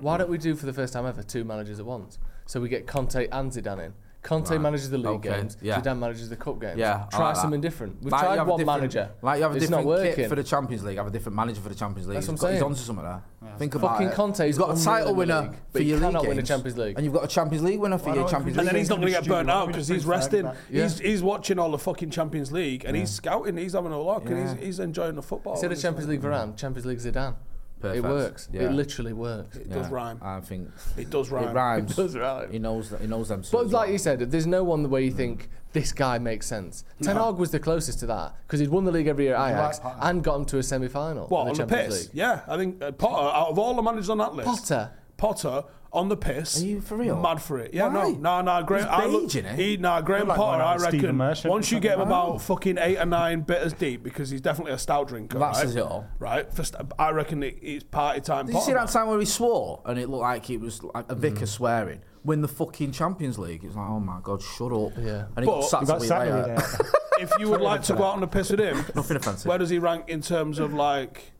S3: Why don't we do for the first time ever two managers at once? So we get Conte and Zidane in. Conte
S2: Right.
S3: manages the league
S2: Okay,
S3: games.
S2: yeah.
S3: Zidane manages the cup games.
S2: Yeah, I
S3: Try
S2: like that.
S3: something different. We've
S2: Like, you
S3: tried
S2: have a
S3: one
S2: different-
S3: manager.
S2: Like you have a
S3: it's
S2: different
S3: not working.
S2: kit for the Champions League, have a different manager for the Champions League.
S3: That's
S2: He's
S3: what I'm
S2: got- He's
S3: saying.
S2: ongot something there. Think about
S3: Fucking
S2: it.
S3: Conte
S2: He's
S3: is
S2: got a
S3: unreal
S2: title
S3: in the
S2: winner
S3: league,
S2: for
S3: but he
S2: your
S3: cannot
S2: league
S3: win a
S2: games.
S3: Champions League.
S2: and you've got a Champions League winner for
S4: Why
S2: your
S4: don't we
S2: Champions
S4: just-
S5: And
S2: League.
S5: then he's not going to get
S4: Stupid.
S5: burnt
S4: Why
S5: out
S4: would you
S5: because he's
S4: bring Fergie
S5: resting.
S4: back?
S5: He's he's watching all the fucking Champions League and he's scouting. He's having a look and
S2: Yeah.
S5: he's he's enjoying the football.
S3: Instead of
S5: He's-
S3: Champions League Varane, Champions League Zidane.
S2: Perfect.
S3: It works.
S2: Yeah.
S3: It literally works.
S5: It does rhyme.
S2: I think
S5: It does rhyme. *laughs*
S2: it rhymes.
S3: does rhyme.
S2: He knows that. He knows them.
S3: But like you said, there's no one where you think this guy makes sense. Ten Hag was the closest to that because he'd won the league every year at Ajax
S4: Potter.
S3: and got him to a semi-final. in
S5: What, on
S3: the
S5: the
S3: Champions
S5: piss?
S3: League.
S5: Yeah, I think uh, Potter, out of all the managers on that list.
S3: Potter.
S5: Potter on the piss.
S2: Are you for real?
S5: Mad for it. Yeah,
S2: Why?
S5: no, no, no. Graham,
S2: He's
S5: I look-
S2: beige, innit?
S5: he, nah, Graham
S4: Like one
S5: Potter, I
S4: out of Stephen
S5: reckon.
S4: Merchant
S5: Once
S4: or
S5: you get him
S4: something.
S5: about fucking eight or nine bitters deep, because he's definitely a stout drinker.
S2: That's
S5: right?
S2: it all.
S5: Right? First, I reckon it, it's party time.
S2: Did you see
S5: Potter,
S2: that time where he swore and it looked like it was like a
S3: Mm.
S2: vicar swearing? Win the fucking Champions League. It's like, oh my god, shut up.
S3: Yeah.
S2: And he
S5: But-
S2: got sacked
S4: You
S2: a
S4: got
S2: week *laughs*
S4: Saturday
S2: later.
S4: there.
S5: if you would like to go out on the piss with him,
S2: *laughs* Nothing offensive.
S5: where does he rank in terms of like?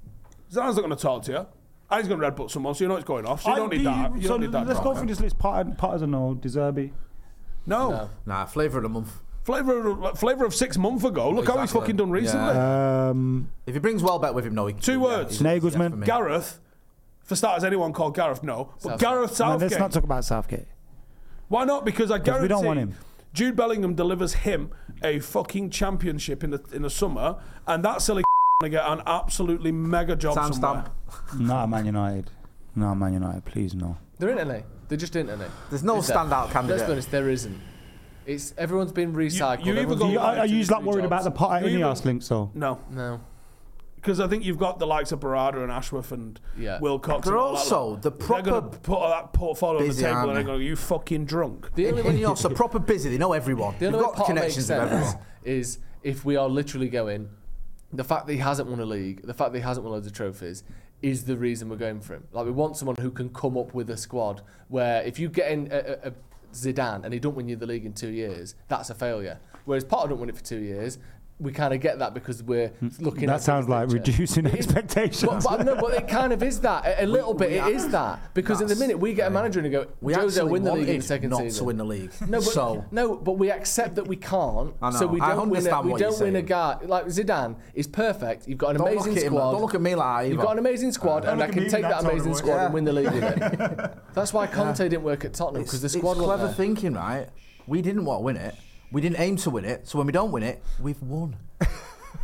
S5: Zidanone's not going to talk to you. And he's going to red butt someone, so you know it's going off. So you
S4: I-
S5: don't
S4: do
S5: need that. You
S4: so
S5: don't need that.
S4: let's
S5: drama.
S4: go through this list. Potter, Potter's a no. Deserby.
S5: No.
S2: nah, flavour of the month.
S5: Flavor, of, flavor of six months ago. Look how he's
S2: Exactly.
S5: fucking done recently.
S2: Yeah.
S4: Um,
S2: If he brings Welbeck with him, no. He,
S5: Two
S2: yeah,
S5: words.
S2: he's- he's
S4: Nagelsmann.
S2: for me.
S5: Gareth, for starters, anyone called Gareth, no. But
S3: Southgate.
S5: Gareth
S4: no,
S5: Southgate.
S4: let's not talk about Southgate.
S5: Why not? Because I guarantee
S4: we don't want him.
S5: Jude Bellingham delivers him a fucking championship in the in the summer, and that silly *laughs* going to get an absolutely mega job
S2: Timestamp.
S5: somewhere.
S4: Not Man United. No, Man United. Please, no.
S3: They're in any. They're just in any.
S2: There's no
S3: Is there?
S2: standout
S3: Let's be
S2: candidate.
S3: honest, there isn't. It's everyone's been recycled.
S5: you either
S3: everyone's
S5: go-
S3: been
S5: You-
S4: Are,
S5: I-
S3: given
S4: are
S3: two,
S4: you
S3: three
S4: not worried about
S3: jobs.
S4: the Potter
S5: You
S4: in the
S5: even-
S4: arse link? So
S5: No,
S3: No.
S5: because I think you've got the likes of Barada and Ashworth and
S3: Yeah.
S5: Wilcox.
S2: They're
S5: and all
S2: also
S5: that.
S2: the
S5: They're
S2: proper.
S5: going to put all that portfolio on the
S2: Busy,
S5: table
S2: aren't
S5: and
S2: they?
S5: they're going, "You fucking drunk."
S3: The only way
S2: They're also proper busy. They know everyone.
S3: The
S2: They've
S3: only way
S2: got
S3: Potter makes
S2: connections with
S3: sense
S2: everyone.
S3: is if we are literally going, the fact that he hasn't won a league, the fact that he hasn't won loads of trophies, is the reason we're going for him. Like we want someone who can come up with a squad where if you get in a, a, a Zidane and he don't win you the league in two years, that's a failure. Whereas Potter don't win it for two years. We kind of get that because we're looking. at
S4: Hmm. that
S3: the
S4: sounds
S3: big
S4: like
S3: picture.
S4: reducing
S3: But,
S4: expectations.
S3: *laughs* but no, but it kind of is that a, a little bit.
S2: we
S3: it
S2: are-
S3: is that because in the
S2: That's-
S3: minute we get a manager and we go,
S2: We
S3: Jose
S2: actually
S3: win the league in
S2: wanted
S3: the second
S2: not
S3: season.
S2: to win the league.
S3: No, but
S2: so
S3: no, but we accept that we can't.
S2: I know.
S3: So we
S2: I
S3: don't win. A,
S2: understand
S3: we
S2: what you're
S3: don't win a
S2: saying.
S3: guy like Zidane is perfect. You've got an
S2: don't look
S3: amazing
S2: at him.
S3: squad.
S2: Don't look at me like that either.
S3: You've got an amazing squad, and I
S4: look at
S3: can
S4: me,
S3: take that
S4: that's all
S3: amazing
S4: it
S3: squad
S2: was.
S3: and win the league with it.
S4: *laughs*
S3: That's why Conte didn't work at Tottenham because the squad
S2: it's
S3: wasn't
S2: clever
S3: there.
S2: thinking, right? We didn't want to win it. We didn't aim to win it. So when we don't win it, we've won.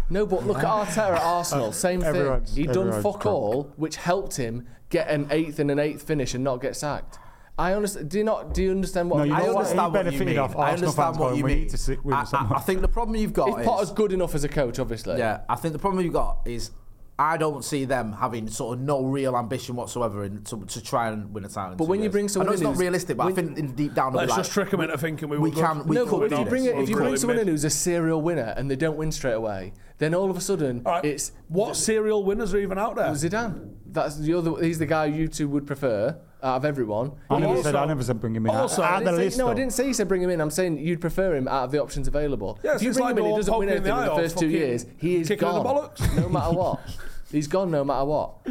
S3: No, but look at Arteta at
S4: *laughs*
S3: Arsenal. Same thing.
S4: everyone's-
S3: He done
S4: everyone's
S3: fuck
S4: drunk.
S3: all, which helped him get an eighth and an eighth finish and not get sacked. I understand. Do you not? Do you understand what?
S4: No, you
S3: I
S2: I
S4: know what?
S2: understand
S4: He
S2: what you
S4: benefited
S2: mean.
S4: off
S2: I
S4: Arsenal
S2: understand
S4: fans
S2: what
S4: going,
S2: you
S4: "We
S2: mean.
S4: need to sit with
S2: I, I,
S4: someone."
S2: I think the problem you've got
S3: If
S2: is
S3: Potter's good enough as a coach, obviously.
S2: yeah. I think the problem you've got is I don't see them having sort of no real ambition whatsoever in, to, to try and win a title. in
S3: But
S2: two
S3: when you
S2: years.
S3: bring someone
S2: I know it's
S3: in
S2: not
S3: who's-
S2: realistic, but I
S3: when-
S2: think in deep down, they'll be
S5: Let's
S2: like,
S5: just trick him into thinking we were
S2: we
S5: good.
S2: can- we
S3: no,
S2: could
S3: but
S2: do
S3: if you
S2: this.
S3: bring, it,
S5: We'll
S3: if you
S5: call
S3: bring
S5: it
S3: someone
S5: mid.
S3: in who's a serial winner and they don't win straight away, then all of a sudden
S5: All right.
S3: it's
S5: what serial winners are even out there?
S3: Zidane. That's the other. He's the guy you two would prefer out of everyone.
S4: *laughs* I never
S5: also-
S4: said. I never said bring him in.
S5: also-
S4: I,
S3: I
S4: I,
S3: didn't
S4: the
S3: say-
S4: list,
S3: no, I
S4: though.
S3: didn't say you said bring him in. I'm saying you'd prefer him out of the options available.
S5: Yeah,
S3: if
S5: it's
S3: you
S5: just
S3: bring
S5: like
S3: him in, he
S5: all
S3: doesn't win
S5: poking in the
S3: anything in
S5: eye
S3: the
S5: or
S3: first two
S5: fucking
S3: years. He is
S5: kicking in the
S3: gone,
S5: bollocks.
S3: no
S5: *laughs*
S3: matter what. He's gone, no matter what.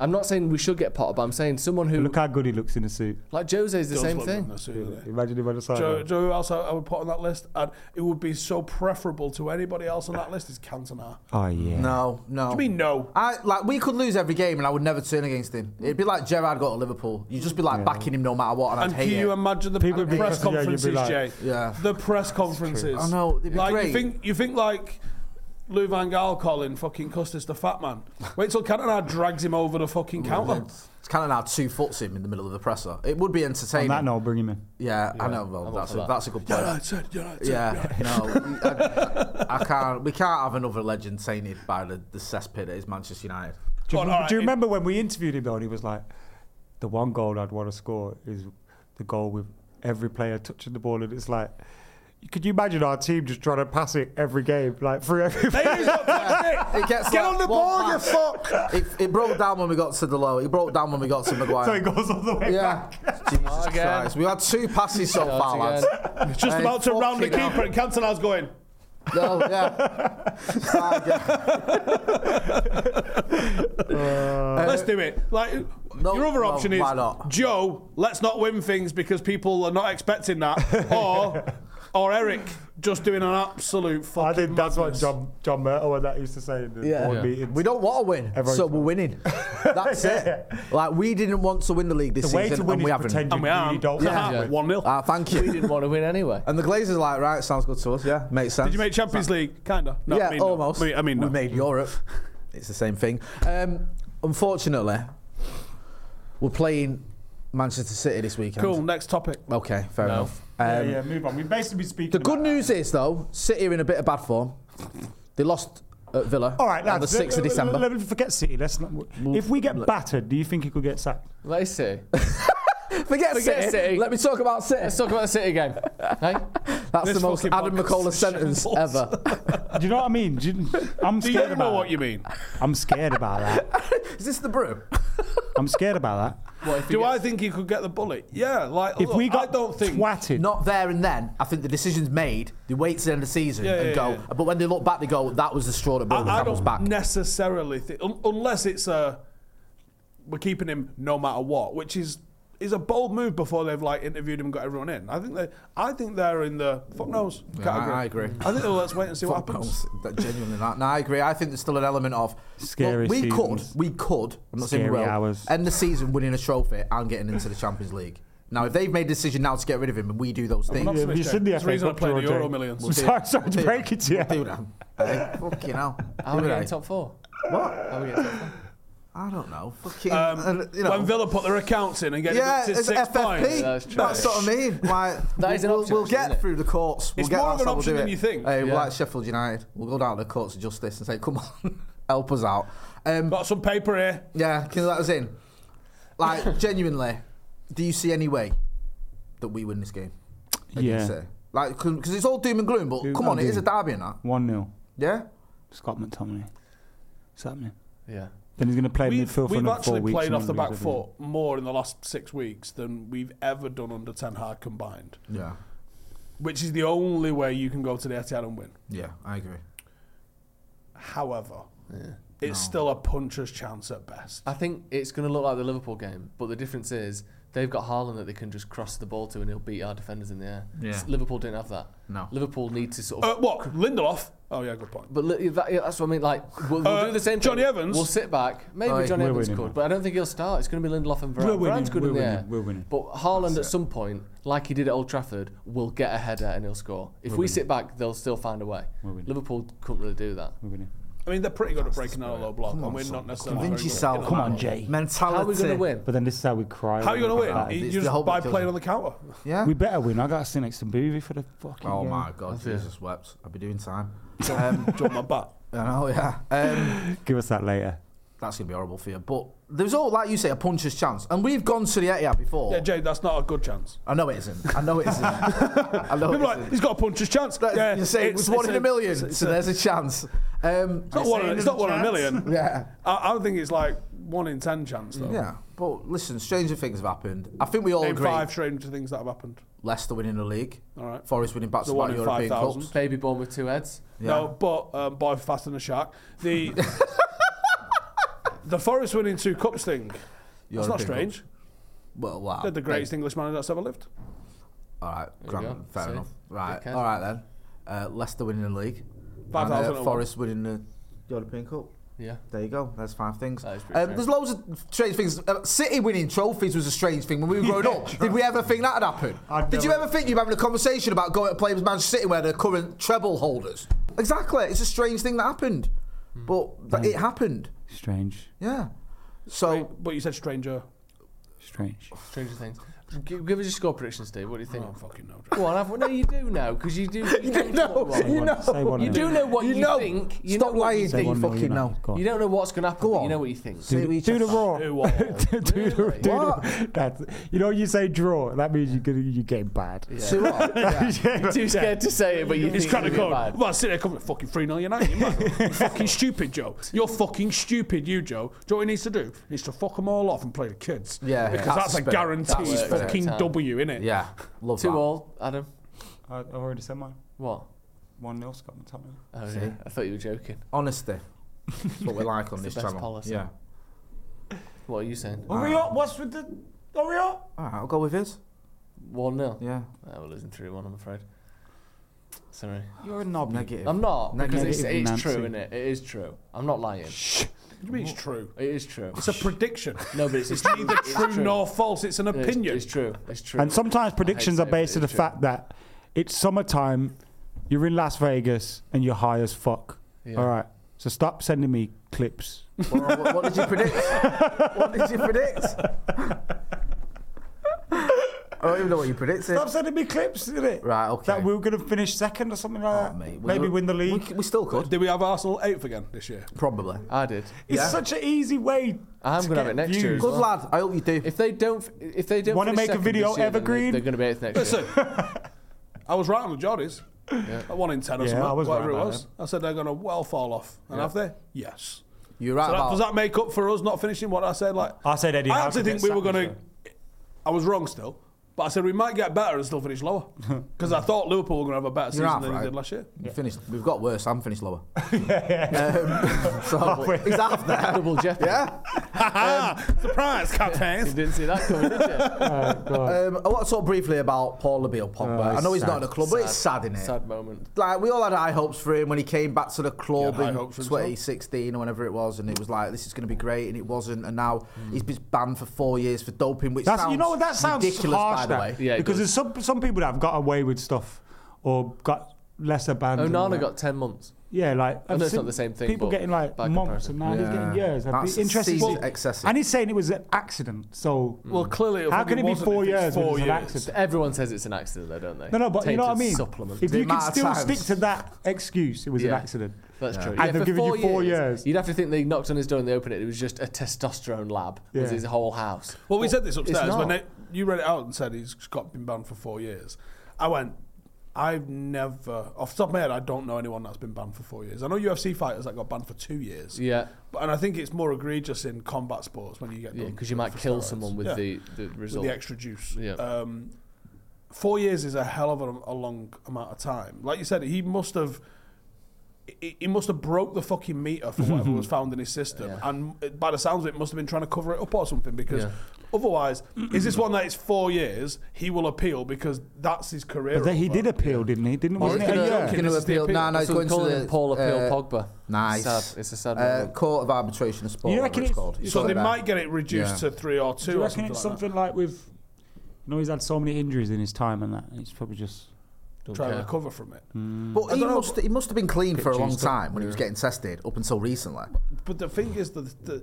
S3: I'm not saying we should get Potter, but I'm saying someone who,
S4: Look how good he looks in the suit.
S3: like Jose, is the
S5: Does
S3: same
S5: look good
S3: thing.
S5: in the suit, doesn't he?
S4: Imagine him on the side.
S5: Joe, Joe, who else I, I would put on that list? And it would be so preferable to anybody else on that list is Cantona.
S4: oh yeah.
S2: no, no.
S5: I mean, no.
S2: I like we could lose every game and I would never turn against him. It'd be like Gerard got to Liverpool. You'd just be like backing him no matter what, and,
S5: And
S2: I'd hate
S5: can you
S2: it.
S5: imagine the
S4: People would be
S5: press
S4: cussing, yeah, you'd be
S5: conferences,
S4: like-
S5: Jay?
S2: Yeah.
S5: The press conferences.
S2: I know, it'd be
S5: like you
S2: great.
S5: think you think like Lou Van Gaal calling fucking Custis the fat man. Wait till Cantona drags him over the
S2: Mm-hmm.
S5: fucking counter.
S2: It's kind of now two foots him in the middle of the presser. It would be
S4: On
S2: entertaining.
S4: that note, bring him in.
S2: yeah, I know. Well,
S3: I'm up
S2: that's
S3: for
S2: a,
S3: that.
S2: that's a good point.
S5: Yeah, right, said, yeah, right, said, yeah.
S2: Yeah, no, I, I can't. We can't have another legend tainted by the, the cesspit that is Manchester United.
S4: Do you,
S5: Go on, all right,
S4: do you
S5: it-
S4: remember when we interviewed him though? And he was like, "The one goal I'd want to score is the goal with every player touching the ball." And it's like, could you imagine our team just trying to pass it every game, like through every? *laughs*
S5: Hey, he's not touched it.
S2: It gets
S5: Get
S2: like
S5: on the
S2: one
S5: ball, you
S2: pass.
S5: fuck!
S2: It, it broke down when we got to the low. It broke down when we
S5: *laughs*
S2: got to Maguire.
S4: so it goes all the way
S2: yeah,
S4: back.
S2: Jesus
S3: Again.
S2: Christ. We had two passes so far,
S3: Again.
S2: lads.
S5: It's Just
S2: Hey,
S5: about to
S2: fuck
S5: round the
S2: you now.
S5: keeper, and Cantona's going.
S2: No,
S5: *laughs*
S2: yeah. Start again.
S5: Let's do it. Like
S2: No,
S5: your other
S2: no,
S5: option
S2: why
S5: is
S2: not?
S5: Joe. Let's not win things because people are not expecting
S4: *laughs*
S5: that, or or Eric just doing an absolute fucking.
S4: I think that's what
S5: madness.
S4: John John Myrtle and that used to say in the
S2: Yeah.
S4: board
S2: Yeah.
S4: meetings.
S2: We don't want to win,
S4: Everyone's
S2: so
S4: fine.
S2: we're winning.
S5: *laughs*
S2: That's it. Like we didn't want to win the league this
S4: the way
S2: season,
S4: to win
S2: and we
S4: is
S2: haven't.
S4: pretend you
S5: And we are
S4: really don't.
S2: Yeah.
S3: Yeah.
S5: one 0
S2: Ah, thank
S3: We
S2: you.
S3: didn't want to win anyway.
S2: And the Glazers are like, right, sounds good to us. Yeah, makes sense.
S5: Did you make Champions League? Kinda. No,
S2: yeah,
S5: I mean, no.
S2: almost.
S5: I mean, I mean
S2: we
S5: no.
S2: made Europe. It's the same thing. Um, unfortunately, we're playing Manchester City this weekend.
S5: Cool. Next topic.
S2: Okay, fair
S3: No.
S2: enough.
S4: yeah,
S2: Um,
S4: yeah, move on. We've basically speaking.
S2: The good
S4: about-
S2: news is though, City are in a bit of bad form. They lost at Villa
S4: All right,
S2: on the
S4: lads.
S2: sixth of
S4: let- let-
S2: December.
S4: Let, let, forget City. Let's not. If we get battered, do you think he could get sacked?
S3: Let us see.
S2: Forget, City.
S3: Forget City.
S2: Let me talk about City.
S3: Let's talk about the
S2: *laughs*
S3: City game. hey?
S2: That's the
S5: This
S2: most
S5: fucking
S2: Adam
S5: podcast
S2: McCullough
S5: is
S2: sentence
S5: shambles.
S2: ever.
S4: Do you know what I mean?
S5: *laughs*
S4: Do you, I'm
S5: Do
S4: scared
S5: you
S4: about.
S5: know what
S4: it.
S5: you mean?
S4: I'm scared about that.
S2: Is this the brew?
S4: I'm scared about that.
S3: What if he
S5: Do
S3: gets-
S5: I think he could get the bullet? Yeah, like
S4: If
S5: look,
S4: we got
S5: I don't think
S4: twatted,
S2: Not there and then. I think the decision's made. They wait till the end of the season
S5: Yeah,
S2: and
S5: yeah,
S2: go.
S5: yeah.
S2: But when they look back, they go, "That was the straw that broke the
S5: I, I
S2: camel's
S5: don't
S2: back."
S5: necessarily think un- unless it's a we're keeping him no matter what, which is is a bold move before they've like interviewed him and got everyone in. I think they I think they're in the fuck knows
S2: Yeah,
S5: category.
S2: I- I agree.
S5: I think they'll let's wait and see what
S2: Fuck
S5: happens.
S2: knows. That genuinely not. No, I agree. I think there's still an element of
S4: Scary
S2: Look, we could,
S4: seasons.
S2: we could. I'm not saying we
S4: Scary
S2: will.
S4: hours.
S2: End the season winning a trophy and getting into the Champions League. Now, if they've made a decision now to get rid of him and we do those
S5: I'm
S2: things,
S5: not-
S4: Yeah,
S5: Optimus
S4: you
S5: check.
S4: said the
S5: It's the
S4: FA
S5: reason I
S4: Cup
S5: play the
S4: draw,
S5: Euro
S4: Jake.
S5: Millions.
S4: I'm sorry, sorry to break it to you.
S2: do that. Hey, fucking hell.
S3: How are
S2: Do
S3: we
S2: they?
S3: getting top four?
S2: What?
S3: How are we getting top four?
S2: I don't know. Fucking.
S5: Um,
S2: uh, you know.
S5: When Villa put their accounts in and get
S2: yeah,
S5: deducted
S2: it's
S5: six
S2: FFP.
S5: points.
S3: That's
S2: That's,
S3: true.
S2: what I
S3: *laughs*
S2: mean. Like,
S3: That is an
S2: we'll,
S3: option,
S2: we'll
S3: isn't it?
S2: get through the courts. We'll
S5: It's
S2: get
S5: more of
S2: that's
S5: an
S2: how we'll
S5: option
S2: do
S5: than
S2: it.
S5: you think.
S2: Hey,
S3: Yeah.
S2: We're like Sheffield United. We'll go down to the courts of justice and say, "Come on, *laughs* help us out." Um,
S5: Got some paper here.
S2: yeah, can you let us in?
S5: *laughs*
S2: Like, genuinely, do you see any way that we win this game?
S4: Yeah.
S2: Say? Like, because it's all doom and gloom, but
S4: Doom
S2: come on,
S4: and
S2: it is a
S4: gloom.
S2: derby and that.
S4: One 0
S2: Yeah.
S4: Scott McTominay. It's happening.
S3: Yeah.
S4: Then he's going to play
S5: We've,
S4: midfield for
S5: we've
S4: another four
S5: actually
S4: weeks.
S5: played
S4: and
S5: off the
S4: then
S5: back
S4: lose everything.
S5: foot more in the last six weeks than we've ever done under Ten Hag combined,
S2: Yeah.
S5: which is the only way you can go to the Etihad and win.
S2: Yeah, I agree.
S5: However, it's still a puncher's chance at best.
S3: I think it's going to look like the Liverpool game, but the difference is they've got Haaland that they can just cross the ball to and he'll beat our defenders in the air.
S2: Yeah.
S3: S- Liverpool didn't have that.
S2: No.
S3: Liverpool need to sort of.
S5: Uh, what? Lindelof? Oh, yeah, good point.
S3: but li- that, yeah, that's what I mean. Like we'll, we'll
S5: Uh,
S3: do the same.
S5: Johnny
S3: thing.
S5: Evans?
S3: We'll sit back. Maybe
S2: Aye.
S3: Johnny
S4: We're
S3: Evans
S4: winning
S3: could,
S4: that.
S3: but I don't think he'll start. It's going to be Lindelof and Varane.
S4: We're winning,
S3: Varane's good
S4: we're
S3: in the
S4: winning,
S3: air.
S4: we're winning.
S3: But Haaland at some point, like he did at Old Trafford, will get a header and he'll score. If we sit back, they'll still find a way.
S4: We're winning.
S3: Liverpool couldn't really do that.
S4: We're winning.
S5: I mean, they're pretty good at breaking down a low block,
S2: Come
S5: and
S2: on,
S5: we're
S2: son.
S5: not necessarily.
S2: Convince
S5: very good.
S2: yourself.
S4: Come on, Jay.
S2: Mentality.
S3: How are we going to win?
S4: But then this is how we cry.
S5: How are you
S4: when
S5: going
S4: we
S5: to
S4: come
S5: win?
S4: back.
S2: It's
S5: You
S2: the
S5: just
S2: whole
S5: by
S2: midfield.
S5: playing on the counter.
S2: Yeah.
S4: We better win. I got to sit next to Booby for the fucking.
S2: Oh
S4: game.
S2: my god,
S3: it.
S2: Jesus wept. I'd be doing time. Um,
S5: *laughs* Jump my butt.
S2: I know, yeah. Um, *laughs*
S4: Give us that later.
S2: that's gonna be horrible for you. But there's all, like you say, a puncher's chance, and we've gone to the Etihad before.
S5: Yeah, Jay, that's not a good chance.
S2: I know it isn't. I know it
S5: *laughs*
S2: isn't. I know it
S5: People are like,
S2: isn't.
S5: he's got a puncher's chance.
S2: That-
S5: yeah,
S2: you say it was one in a, million,
S5: It's, it's
S2: so
S5: a-
S2: there's a chance. Um,
S5: it's not one. It's not one in a million.
S2: yeah,
S5: I, I don't think it's like one in ten chance though.
S2: yeah. But listen, stranger things have happened. I think we all
S5: Name
S2: agree.
S5: five strange things that have happened.
S2: Leicester winning the league.
S5: All right.
S2: Forest winning back to
S5: The one
S2: back
S5: in
S2: European
S5: 5,000.
S2: cups.
S3: Baby born with two heads.
S2: Yeah.
S5: No, but um, boy faster than a shark.
S2: *laughs*
S5: The the Forest winning two cups thing. That's
S2: European
S5: not strange.
S2: Cups. Well, wow.
S5: They're the greatest English manager that's ever lived.
S2: All right,
S3: you
S2: Grant,
S3: go.
S2: fair
S3: See?
S2: enough. Right,
S3: Dickhead.
S2: all right then. Uh, Leicester winning the league.
S5: Five
S2: And,
S5: thousand
S2: uh,
S5: and one.
S2: Forest winning the European Cup.
S3: Yeah.
S2: There you go. There's five things.
S3: That is
S2: Um,
S3: pretty fair.
S2: there's loads of strange things. Uh, City winning trophies was a strange thing when we were growing up. Did we ever think that had happened?
S4: I'd
S2: Did you
S4: never-
S2: ever think you were having a conversation about going to play with Manchester City where they're current treble holders? Exactly. It's a strange thing that happened,
S3: Hmm.
S2: but but it happened.
S4: Strange.
S2: Yeah. So
S5: Oh, But you said stranger.
S4: Strange.
S3: Stranger Things. Give, give us your score prediction, Steve. What do you
S5: I
S3: think?
S5: don't fucking know.
S3: Go on, have one. No, you do know because you do.
S5: *laughs*
S3: You, don't know. what
S4: Say
S3: you,
S4: one-
S2: know.
S4: Say one
S3: you
S4: nil.
S3: do know what you,
S2: know.
S3: think. You
S2: Stop
S3: know what
S2: lying.
S3: You,
S4: Say
S2: You
S3: think.
S4: one nil,
S2: fucking
S4: United.
S2: know.
S4: Go on.
S3: you don't know what's going to happen.
S2: Go
S3: but You
S2: on.
S3: know what you think.
S2: Say we
S4: do the
S2: just-
S4: raw.
S5: Who *laughs* all?
S4: *laughs* do, do, the-
S3: Really?
S4: do the-
S2: What?
S4: that's, you know, you say draw. That means you're gonna you get bad.
S2: See
S4: *laughs*
S2: what? Yeah.
S4: Yeah.
S3: Too scared to say it, but you
S5: He's
S3: think
S5: trying to
S3: it'll
S5: go.
S3: be bad.
S5: Well, I sit there coming fucking 3 0 United. Man. You're fucking stupid, Joe. You're fucking stupid, you, Joe. Do you know what he needs to do? He needs to fuck them all off and play the kids.
S2: Yeah,
S5: Because
S2: yeah.
S5: that's,
S2: That's
S5: a
S2: spirit.
S5: guaranteed
S3: That's spirit.
S5: fucking
S3: Yeah.
S5: W, innit?
S2: yeah. Love
S3: Too
S2: that.
S3: old, Adam.
S4: I, I've already said mine.
S3: What?
S4: One 0 Scott McTominay.
S3: Oh,
S2: See?
S3: yeah. I thought you were joking.
S2: Honesty. That's what we like on
S3: It's
S2: this
S3: the best
S2: channel.
S3: policy.
S2: Yeah.
S3: What are you saying?
S4: Hurry up! What's with the? Hurry up!
S2: All right, I'll go with his.
S3: One 0
S2: Yeah.
S3: Oh, we're losing three one. I'm afraid. Sorry.
S4: You're a knob.
S2: Negative.
S3: I'm not because it's,
S4: Negative
S3: it's true,
S4: Nancy.
S3: isn't it? It is true. I'm not lying.
S5: What do you mean it's true?
S3: It is true.
S5: It's a prediction.
S3: no, but it's, it's
S5: Neither
S3: it's
S5: true nor false. It's an
S3: No, it's-
S5: opinion.
S3: It's, true. It's true.
S4: And sometimes predictions
S3: say
S4: are
S3: it,
S4: based on the
S3: it's true.
S4: fact that it's summertime, you're in Las Vegas and you're high as fuck.
S3: Yeah.
S4: All right, So stop sending me clips.
S2: What, what- what did you *laughs* predict? what did you predict? I don't even know what you predicted.
S4: Stop sending me clips, isn't it?
S2: Right, okay.
S4: That we were going to finish second or something like
S2: Oh,
S4: that.
S2: mate, we-
S4: Maybe win the
S2: We,
S4: league.
S2: c- we still could.
S5: Do we have Arsenal eighth again this year?
S2: Probably.
S3: I did.
S4: It's
S2: Yeah.
S4: such an easy way.
S3: I'm gonna
S4: to get
S3: have it next year
S4: views.
S3: as
S2: Good
S3: well.
S2: lad. I hope you do.
S3: If they don't, f- if they don't
S4: Wanna
S3: finish
S4: make a
S3: second
S4: video
S3: this year, then
S4: evergreen?
S3: They, are going to be eighth next
S5: Listen,
S3: year.
S5: I was right on the Joddies. At one in ten or
S4: Yeah,
S5: something,
S4: I was
S5: whatever
S4: right
S5: it
S4: about
S5: was. I said they're going to well fall off, and have they? Yes.
S2: You're right
S5: So that,
S2: about
S5: does that make up for us not finishing what I said? Like
S4: I said Eddie
S5: I
S4: Howe
S5: actually
S4: could
S5: think
S4: get
S5: we were
S4: sacked
S5: going to. I was wrong still, but I said we might get better and still
S4: *laughs*
S5: finish lower because I thought Liverpool were going to have a better
S2: You're
S5: season
S2: half
S5: than
S2: right.
S5: they did last year.
S2: You finished. We've got worse. I'm finished *laughs* lower. *laughs* Um, *laughs* so he's half there.
S3: Double jeopardy.
S2: Yeah.
S5: Surprise,
S3: You
S5: captains!
S3: didn't see that coming,
S4: *laughs*
S3: did you?
S2: Um, I want to talk briefly about Paul Labille Pogba. I know Oh, he's not
S4: sad.
S2: in the club, but it's sad, isn't it?
S3: Sad moment.
S2: Like we all had high hopes for him when he came back to the club
S5: You had high
S2: in
S5: hopes for him,
S2: 2016 or whenever it was, and it was like this is going to be great, and it wasn't. And now he's been banned for four years for doping, which
S4: That's,
S2: sounds
S4: you know what? That sounds
S2: ridiculous,
S4: harsh.
S2: by the
S4: that,
S2: way.
S3: Yeah, it
S4: because
S3: does.
S4: there's some some people that have got away with stuff or got lesser bans. and all
S3: Onana
S4: that.
S3: got 10 months.
S4: Yeah, like
S3: I know it's
S4: seen
S3: not the same thing,
S4: People
S3: but
S4: getting like
S3: by
S4: months,
S3: comparison.
S4: and now he's getting years. I'd
S2: That's
S4: be interested.
S2: season
S4: Well,
S2: excessive.
S4: and he's saying it was an accident. So
S5: Well, clearly,
S4: how can it be four years? when
S5: Four
S4: it's
S5: years.
S4: an accident.
S3: Everyone says it's an accident, though, don't they?
S4: No, no, but you know what I
S3: Tainted
S4: mean.
S3: Supplement.
S4: If
S2: The
S4: you can
S2: amount of
S4: still
S2: times-
S4: stick to that excuse, it was
S3: Yeah.
S4: an accident.
S3: That's true.
S4: And they've
S3: for
S4: given you four years.
S3: You'd have to think they knocked on his door and they opened it. It was just a testosterone lab. Was
S4: Yeah.
S3: his whole house.
S5: Well, we
S3: But
S5: said this
S3: it's
S5: upstairs when
S3: not.
S5: they, you read it out and said he's got been banned for four years. I went, I've never, off the top of my head, I don't know anyone that's been banned for four years. I know UFC fighters that got banned for two years.
S3: Yeah.
S5: But, and I think it's more egregious in combat sports when you get
S3: Yeah,
S5: done
S3: because you
S5: for-
S3: might
S5: for
S3: kill
S5: steroids.
S3: someone with
S5: Yeah,
S3: the, the
S5: with
S3: result.
S5: the extra juice.
S3: Yeah.
S4: Uh,
S5: Um, four years is a hell of a, a long amount of time. Like you said, he must have. He he must have broke the fucking meter for
S3: *laughs*
S5: whatever was found in his system,
S3: Yeah.
S5: and by the sounds of it, must have been trying to cover it up or something. Because
S3: Yeah.
S5: otherwise, is this one that it's four years? He will appeal because that's his career.
S4: But then he
S5: over.
S4: did appeal, didn't he? Didn't
S3: Well,
S4: wasn't
S3: he's
S4: it? a
S3: gonna-
S4: year?
S2: Going
S5: This
S2: to
S5: is the
S2: appeal?
S5: appeal.
S2: Nah, no,
S3: That's
S2: he's going
S3: what we call
S2: to
S3: it
S2: the
S3: Paul Appeal
S2: uh,
S3: Pogba.
S2: Nice.
S3: Sad. It's a sad
S2: uh,
S3: moment.
S2: court of arbitration of sport.
S4: You
S2: whatever
S4: reckon
S2: it's
S4: it's-
S2: called.
S5: So they
S2: Something like
S5: might get it reduced
S2: Yeah.
S5: to three or
S4: Do
S5: two.
S4: you
S5: or
S4: reckon it's
S5: something like
S4: something like
S5: that.
S4: with? You know, he's had so many injuries in his time and that. and He's probably just.
S5: try to
S3: care.
S5: recover from it.
S2: that. But he
S5: don't know.
S2: must, he must have been clean for a long
S3: juiced up.
S2: time when he was getting tested up until recently.
S5: But the thing is, the, the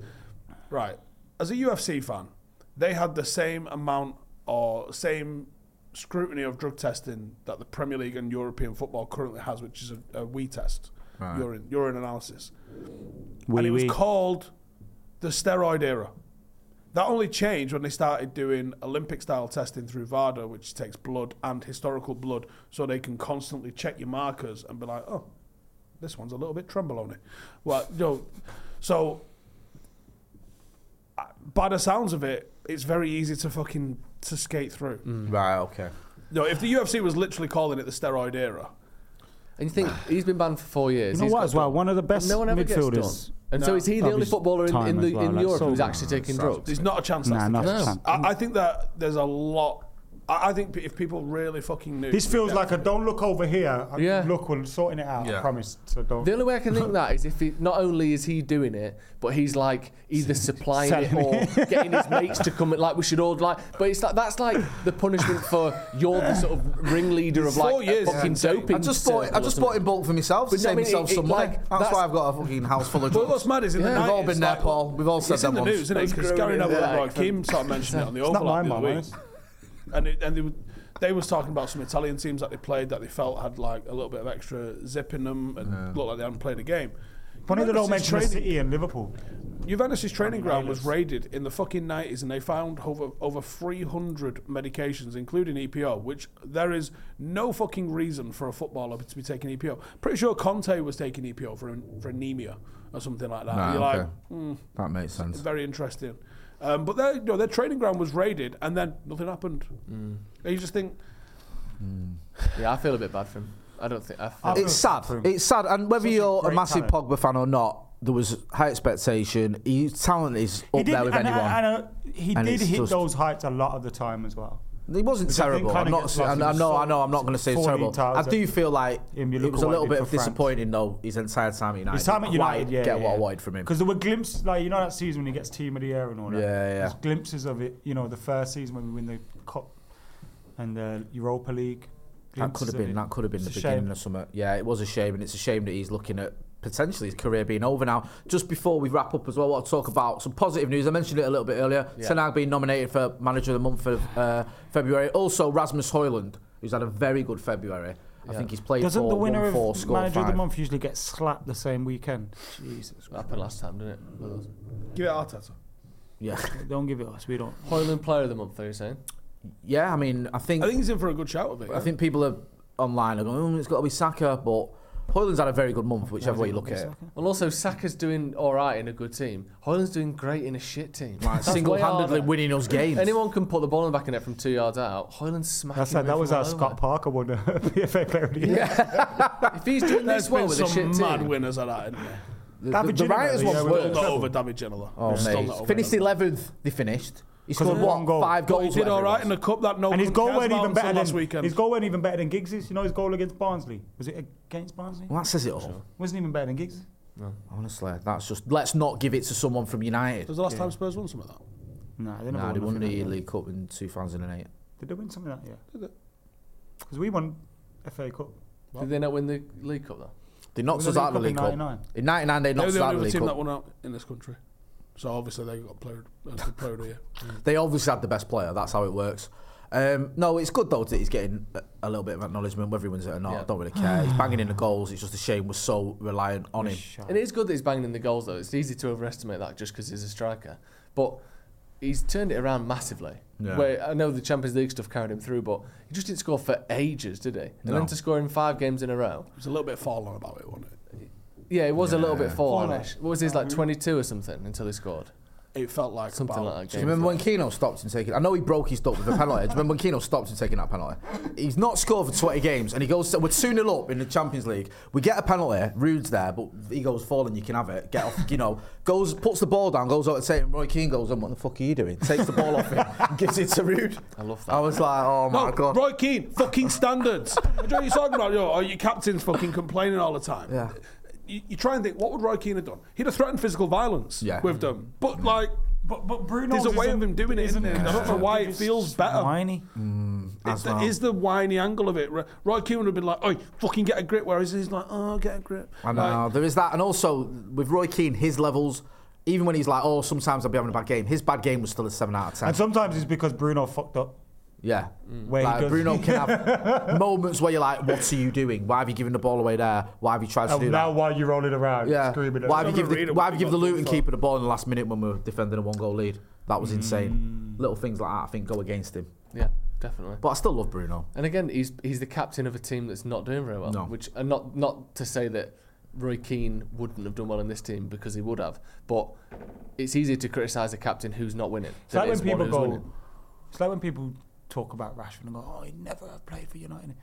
S5: right as a UFC fan, they had the same amount or same scrutiny of drug testing that the Premier League and European football currently has, which is a, a wee test,
S2: Right.
S5: urine urine analysis,
S4: Wee
S5: and it was
S4: wee.
S5: called the steroid era. That only changed when they started doing Olympic style testing through VADA, which takes blood and historical blood, so they can constantly check your markers and be like, oh, this one's a little bit trembolone. Well, you know, so uh, by the sounds of it, it's very easy to fucking to skate through.
S4: Mm.
S2: Right, okay.
S5: No, if the UFC was literally calling it the steroid era,
S3: And you think he's been banned for four years.
S4: You know
S3: he's
S4: what?
S3: got
S4: As well,
S3: done.
S4: one of the
S3: But
S4: best
S3: no one ever gets
S4: midfielders.
S3: done. And so is he the
S4: Of
S3: only
S4: his
S3: footballer in,
S4: time
S3: in,
S4: as
S3: the,
S4: well,
S3: in
S4: like,
S3: Europe
S4: so-
S3: who's actually taking
S2: sad.
S3: drugs?
S5: there's not a chance.
S4: Nah,
S5: That's
S4: not
S5: the
S4: a
S5: case.
S4: chance.
S5: I, I think that there's a lot. I, I think if people really fucking knew,
S4: This feels like a don't look over here.
S3: Yeah.
S4: Yeah. Look, we're sorting it out.
S2: Yeah.
S4: I promise. So don't.
S3: The only way I can think that is if he, not only is he doing it, but he's like
S4: *laughs*
S3: either supplying it
S4: Selling
S3: or *laughs* getting his mates to come. Like we should all like, but it's like that's like the punishment for you're the sort of ringleader of
S5: Four
S3: like a
S5: years is
S3: fucking
S5: insane.
S3: doping.
S2: I just bought. I
S3: circle or
S2: just
S3: something.
S2: bought in bulk for myself to
S3: But no, I
S2: save
S3: mean,
S2: myself
S3: it- it-
S2: some money.
S3: like,
S2: that's,
S3: that's-
S2: why I've got a fucking house full of
S5: Well,
S2: drugs.
S5: what's mad is in the
S2: We've all
S5: 90s,
S2: been there,
S5: like,
S2: Paul. We've all said
S5: it's
S2: that
S5: in the
S2: once.
S5: news, isn't it?
S3: It's
S5: Because
S3: growing
S5: Gary
S3: in
S5: Neville
S3: the
S5: and Roy
S3: back.
S5: Keane started mentioning it on the
S4: It's not
S5: overlap
S4: my
S5: the other
S4: mum,
S5: week. and it, and they, were, they was talking about some Italian teams that they played that they felt had like a little bit of extra zip in them and looked like they hadn't played a game.
S4: Funny they don't
S5: Juventus's
S4: mention
S5: training-
S4: City and Liverpool.
S5: Juventus's training ground was
S4: Raiders.
S5: raided in the fucking 90s and they found over, over 300 medications, including EPO, which there is no fucking reason for a footballer to be taking EPO. Pretty sure Conte was taking EPO for, for anemia or something like that.
S2: Nah,
S5: You're like,
S2: okay.
S4: Hmm.
S2: that makes sense.
S5: very interesting. Um, but their, you know, their training ground was raided and then nothing happened.
S2: Hmm.
S5: And you just think,
S3: Yeah, I feel a bit bad for him. I don't think I feel.
S4: I-
S2: It's sad.
S4: True.
S2: It's sad. And whether
S4: Such a
S2: you're a
S4: great
S2: massive
S4: talent.
S2: Pogba fan or not, there was high expectation. His talent is
S4: He
S2: up
S4: did,
S2: there with
S4: and,
S2: anyone.
S4: and, uh, he
S2: And
S4: did
S2: it's
S4: hit
S2: just-
S4: those heights a lot of the time as well.
S2: It wasn't
S4: Which I think
S2: terrible. I'm
S4: kinda
S2: not.
S4: gets
S2: saying-
S4: lost
S2: I
S4: in
S2: know.
S4: the
S2: I know. I'm not going to say it's
S4: 40
S2: terrible. I
S4: times
S2: do
S4: that-
S2: feel like
S4: Him, you
S2: it
S4: look
S2: was a
S4: at what
S2: little
S4: he
S2: bit
S4: did
S2: of
S4: for France.
S2: disappointing though. His entire time at United.
S4: His time at
S2: Quite
S4: United, yeah,
S2: get
S4: yeah,
S2: what I
S4: yeah.
S2: wanted from him.
S4: Because there were glimpses, like you know that season when he gets team of the year and all that.
S2: Yeah, yeah, yeah.
S4: There's glimpses of it, you know, the first season when we win the cup and the Europa League.
S2: That could
S4: glimpses
S2: have
S4: of
S2: been.
S4: it.
S2: That could have been
S4: It's
S2: the
S4: a
S2: beginning
S4: shame.
S2: of summer. Yeah, it was a shame, and it's a shame that he's looking at potentially his career being over now. Just before we wrap up as well, I want to talk about some positive news. I mentioned it a little bit earlier.
S3: Yeah.
S2: Ten Hag being nominated for Manager of the Month of uh, February. Also, Rasmus Hoyland, who's had a very good February. I
S3: Yeah.
S2: think he's played
S4: Doesn't
S2: four,
S4: the winner
S2: won
S4: of
S2: four, scored
S4: Manager of
S2: five.
S4: the Month usually get slapped the same weekend? Jesus.
S3: Happened last time, didn't it? with us?
S5: Give it Arteta.
S2: Yeah,
S4: Don't give it us. We don't.
S3: Hoyland Player of the Month, are you saying?
S2: yeah. I mean, I think
S5: I think he's in for a good shout of it.
S2: I think people are online are going, oh, it's got to be Saka, but Hoyland's had a very good month, whichever way you look at it.
S3: Well, also Saka's doing all right in a good team. Hoyland's doing great in a shit team.
S2: Like,
S3: That's way
S2: single-handedly
S3: harder.
S2: winning us games.
S3: Anyone can put the ball in the back of net from two yards out. Hoyland's smacking.
S4: That's like,
S3: him
S4: that
S3: in
S4: was
S3: from
S4: our
S3: all over.
S4: Scott
S2: *laughs*
S4: Parker won the PFA Player of the Year.
S3: Yeah. if he's doing
S5: There's
S3: this well
S5: been
S3: with a shit
S5: some mad
S3: team,
S5: winners at that, isn't there?
S2: The,
S4: David
S2: the, the
S4: Ginola,
S2: Rioters
S4: yeah,
S2: one's
S4: we
S5: Still
S2: worse.
S5: not over David Ginola.
S2: Oh,
S5: Still
S2: mate.
S5: not over
S2: Finished
S5: him.
S2: 11th, they finished. He scored
S4: of
S2: what,
S4: one goal.
S2: five
S5: But Oh, he
S2: goals.
S5: did
S2: whatever
S5: all
S2: it
S5: right
S2: was.
S5: in the cup that no
S4: And his
S5: one
S4: goal
S5: cares
S4: weren't
S5: about
S4: even
S5: until
S4: better
S5: last
S4: than
S5: weekend.
S4: his goal weren't even better than Giggs's. You know his goal against Barnsley. Was it against Barnsley?
S2: Well, that says it all.
S4: Wasn't even better than Giggs.
S2: Honestly, that's just. Let's not give it to someone from United.
S5: was the last time Spurs won something like that?
S4: Nah, they never
S2: Nah, they won
S4: nothing like
S2: the
S4: that.
S2: League Cup in 2008.
S4: Did they win something like that?
S5: Did
S4: Yeah.
S5: it?
S4: Because we won FA Cup.
S3: did they not win the League Cup though?
S2: They knocked
S4: We
S2: us
S4: won
S2: out of the League Cup.
S4: in 99.
S2: In 99, they
S5: They were
S2: knocked us out
S5: the
S2: of
S5: only
S2: the
S5: other
S2: League
S5: team
S2: Cup.
S5: that won out in this country. So obviously they got player as the player of the year.
S2: They obviously had the best player. That's how it works. Um, no, it's good though that he's getting a- a little bit of acknowledgement, whether he wins it or not.
S3: Yeah.
S2: I don't really care. He's banging in the goals. It's just a shame we're so reliant on him.
S4: Shut
S3: And it is good that he's banging in the goals though. It's easy to overestimate that just because he's a striker, but he's turned it around massively.
S2: Yeah.
S3: Where I know the Champions League stuff carried him through, but he just didn't score for ages, did he? And
S2: No.
S3: then to score in five games in a row.
S5: It was a little bit fallen about it, wasn't it?
S3: Yeah, it was a little bit
S2: Yeah.
S3: fallish. What was his like twenty two or something until he scored?
S5: It felt like
S3: Something
S5: about
S3: like
S2: Do you
S3: that. games
S2: remember when
S3: like
S2: Keno stopped in taking? I know he broke his duck with a penalty. Do you remember when Keno stopped in taking that penalty? He's not scored for 20 games, and he goes. We're two 0 up in the Champions League. We get a penalty. Rude's there, but he goes falling. You can have it. Get off. You know, goes puts the ball down. Goes out to take, and Roy Keane goes. And what the fuck are you doing? Takes the ball off him, and gives it to Rude.
S3: I love that.
S2: I was like, oh my
S4: Ah,
S5: No,
S2: god.
S5: Roy Keane, fucking standards. Do you know what you're talking about? You know, oh, your captain's fucking complaining all the time.
S2: Yeah.
S5: You, you try and think, what would Roy Keane have done? He'd have threatened physical violence
S2: Yeah.
S5: with them. But, like,
S4: But but Bruno
S5: there's a way of him doing it, isn't there? I don't know why it feels better.
S4: Whiny.
S2: Mm.
S5: It's the, is the whiny angle of it. Ro- Roy Keane would have been like, "Oi, fucking get a grip," whereas he's like, "Oh, get a grip."
S2: I know there is that, and also with Roy Keane, his levels. Even when he's like, oh, sometimes I'll be having a bad game. His bad game was still a seven out of ten.
S4: And sometimes it's because Bruno fucked up.
S2: Yeah.
S5: Mm.
S4: Where he
S2: Like,
S4: does-
S2: Bruno can
S4: *laughs*
S2: have moments where you're like, what are you doing? Why have you given the ball away there? Why have you tried to
S4: And
S2: do
S4: now
S2: that?
S4: while you're rolling around,
S2: Yeah.
S4: screaming at
S2: Why
S4: him.
S2: have you give the,
S5: Overrated
S2: why
S5: what
S2: have you
S5: he
S2: give the
S5: got
S2: Luton
S5: for.
S2: keeper the ball in the last minute when we were defending a one goal lead? That was insane.
S4: Mm.
S2: Little things like that, I think, go against him.
S3: Yeah, definitely.
S2: But I still love Bruno.
S3: And again, he's he's the captain of a team that's not doing very well.
S2: No.
S3: Which and not not to say that Roy Keane wouldn't have done well in this team because he would have, but it's easier to criticise a captain who's not winning.
S4: It's
S3: than
S4: like
S3: it
S4: when
S3: is one
S4: people
S3: who's
S4: go.
S3: winning.
S4: It's like when people talk about Rashford and go, "Oh, he never played for United."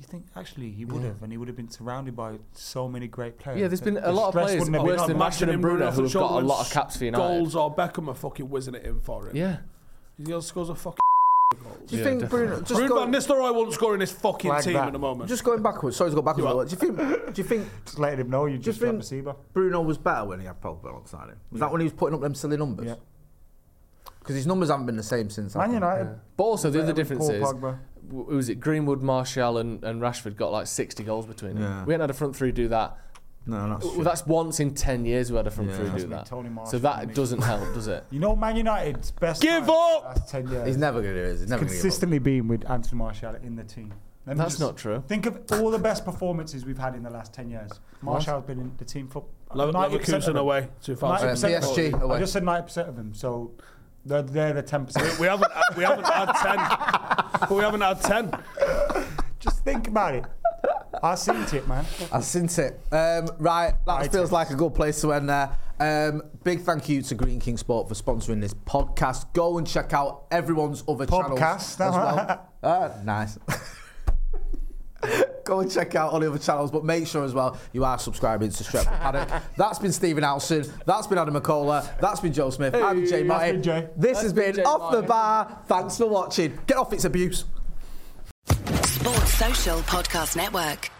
S4: You think actually he would
S3: Yeah.
S4: have, and he would have been surrounded by so many great players.
S3: Yeah, there's
S4: that
S3: been a
S4: the
S3: lot of
S4: stress
S3: players
S4: wouldn't have
S3: worse
S4: been
S3: than
S4: on.
S3: Mashing and Bruno
S5: off
S3: who
S5: the
S3: have got a
S5: shoulder
S3: lot
S5: and
S3: of caps for United.
S5: Goals or Beckham are fucking whizzing it in for him.
S3: Yeah,
S5: He also scores a fucking
S2: Do you
S3: Yeah,
S2: think
S3: definitely.
S2: Bruno. Just
S5: Ruben
S2: go-
S5: Van Nistelrooy won't score in his fucking
S4: Like
S5: team
S4: that.
S5: in a moment.
S2: just going backwards. Sorry to go backwards.
S5: You are.
S2: but Do you think? Do you think
S4: Just letting him know you just
S2: think-
S4: got the Seba.
S2: Bruno was better when he had Pogba alongside him? Was that when he was putting up them silly numbers?
S4: Yeah.
S2: Because his numbers haven't been the same
S3: Oh,
S2: since. I
S4: Man
S2: think.
S4: United.
S3: but also the other
S4: better with
S3: difference
S4: Paul
S3: is
S4: Pogba.
S3: wh- who was it? Greenwood, Martial, and, and Rashford got like 60 goals between them.
S2: Yeah.
S3: We ain't had a front three do that.
S2: No, that's
S3: Well,
S2: true.
S3: that's once in 10 years we had a front
S2: Yeah.
S3: three
S4: That's
S3: do
S4: been
S3: that.
S4: Tony Marshall
S3: So
S4: for me.
S3: that doesn't help, does it?
S4: *laughs* You know Man United's best. lineup in
S5: Give up!
S4: the Last ten years.
S2: He's never going to do it. He's never going to give up.
S4: consistently been with Anthony Martial in the team. Let me
S3: That's
S4: just
S3: not true.
S4: Think of all the best performances we've had in the last 10 years. Martial's been in the team for 90%
S5: Le-
S4: of
S5: Leverkusen
S4: them.
S5: away too
S4: 90%
S5: fast.
S2: Uh, PSG
S4: of them.
S2: away.
S4: I just said 90% of them, so they're, they're the 10%.
S5: We haven't uh, we haven't had ten.
S2: *laughs*
S5: But we haven't had ten.
S4: just think about it. I seen it, man.
S2: I've seen it. Um, right, that
S4: Right.
S2: feels like a good place to end there. Um, big thank you to Green King Sport for sponsoring this podcast. Go and check out everyone's other channels
S4: Podcast,
S2: as
S4: huh? *laughs*
S2: well. Ah, nice. Go and check out all the other channels, but make sure as well you are subscribing to Stretford Paddock. That's been Stephen Alson. That's been Adam McCullough. That's been Joe Smith. I'm Jay
S4: that's
S2: Martin.
S4: been Jay.
S2: This
S3: That's
S2: has
S3: been
S2: been,
S3: Jay
S2: Off the
S3: Martin.
S2: Bar. Thanks for watching. Get off its abuse.
S1: Sports Social Podcast Network.